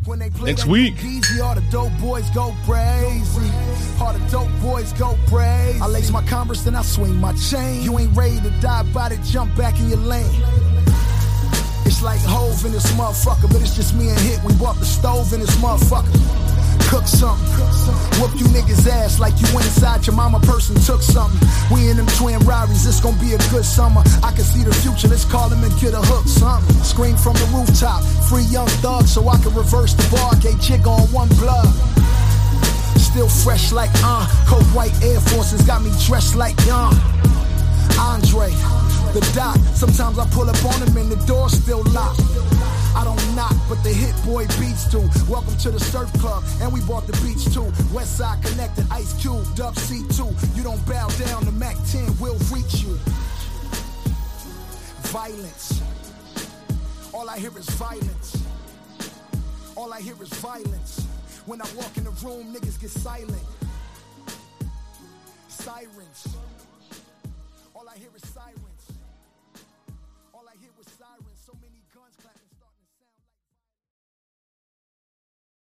Speaker 8: When they play
Speaker 4: Next
Speaker 8: that
Speaker 4: week.
Speaker 8: Geezy, all the dope boys go crazy. All the dope boys go crazy. I lace my Converse, then I swing my chain. You ain't ready to die by the jump back in your lane. It's like Hove in this motherfucker, but it's just me and Hit. We bought the stove in this motherfucker. Cook something, whoop you niggas ass like you went inside your mama person took something. We in them twin robberies, it's gonna be a good summer. I can see the future, let's call him and get a hook, something. Scream from the rooftop, free young thug so I can reverse the bar, gay jig on one blood. Still fresh like uh, cold white Air Forces got me dressed like young Andre, the doc. Sometimes I pull up on him and the door still locked. I don't knock, but the hit boy beats do. Welcome to the surf club, and we bought the beach too. West Side connected, Ice Cube, Dub C2. You don't bow down, the Mac 10 will reach you. Violence. All I hear is violence. All I hear is violence. When I walk in the room, niggas get silent. Sirens.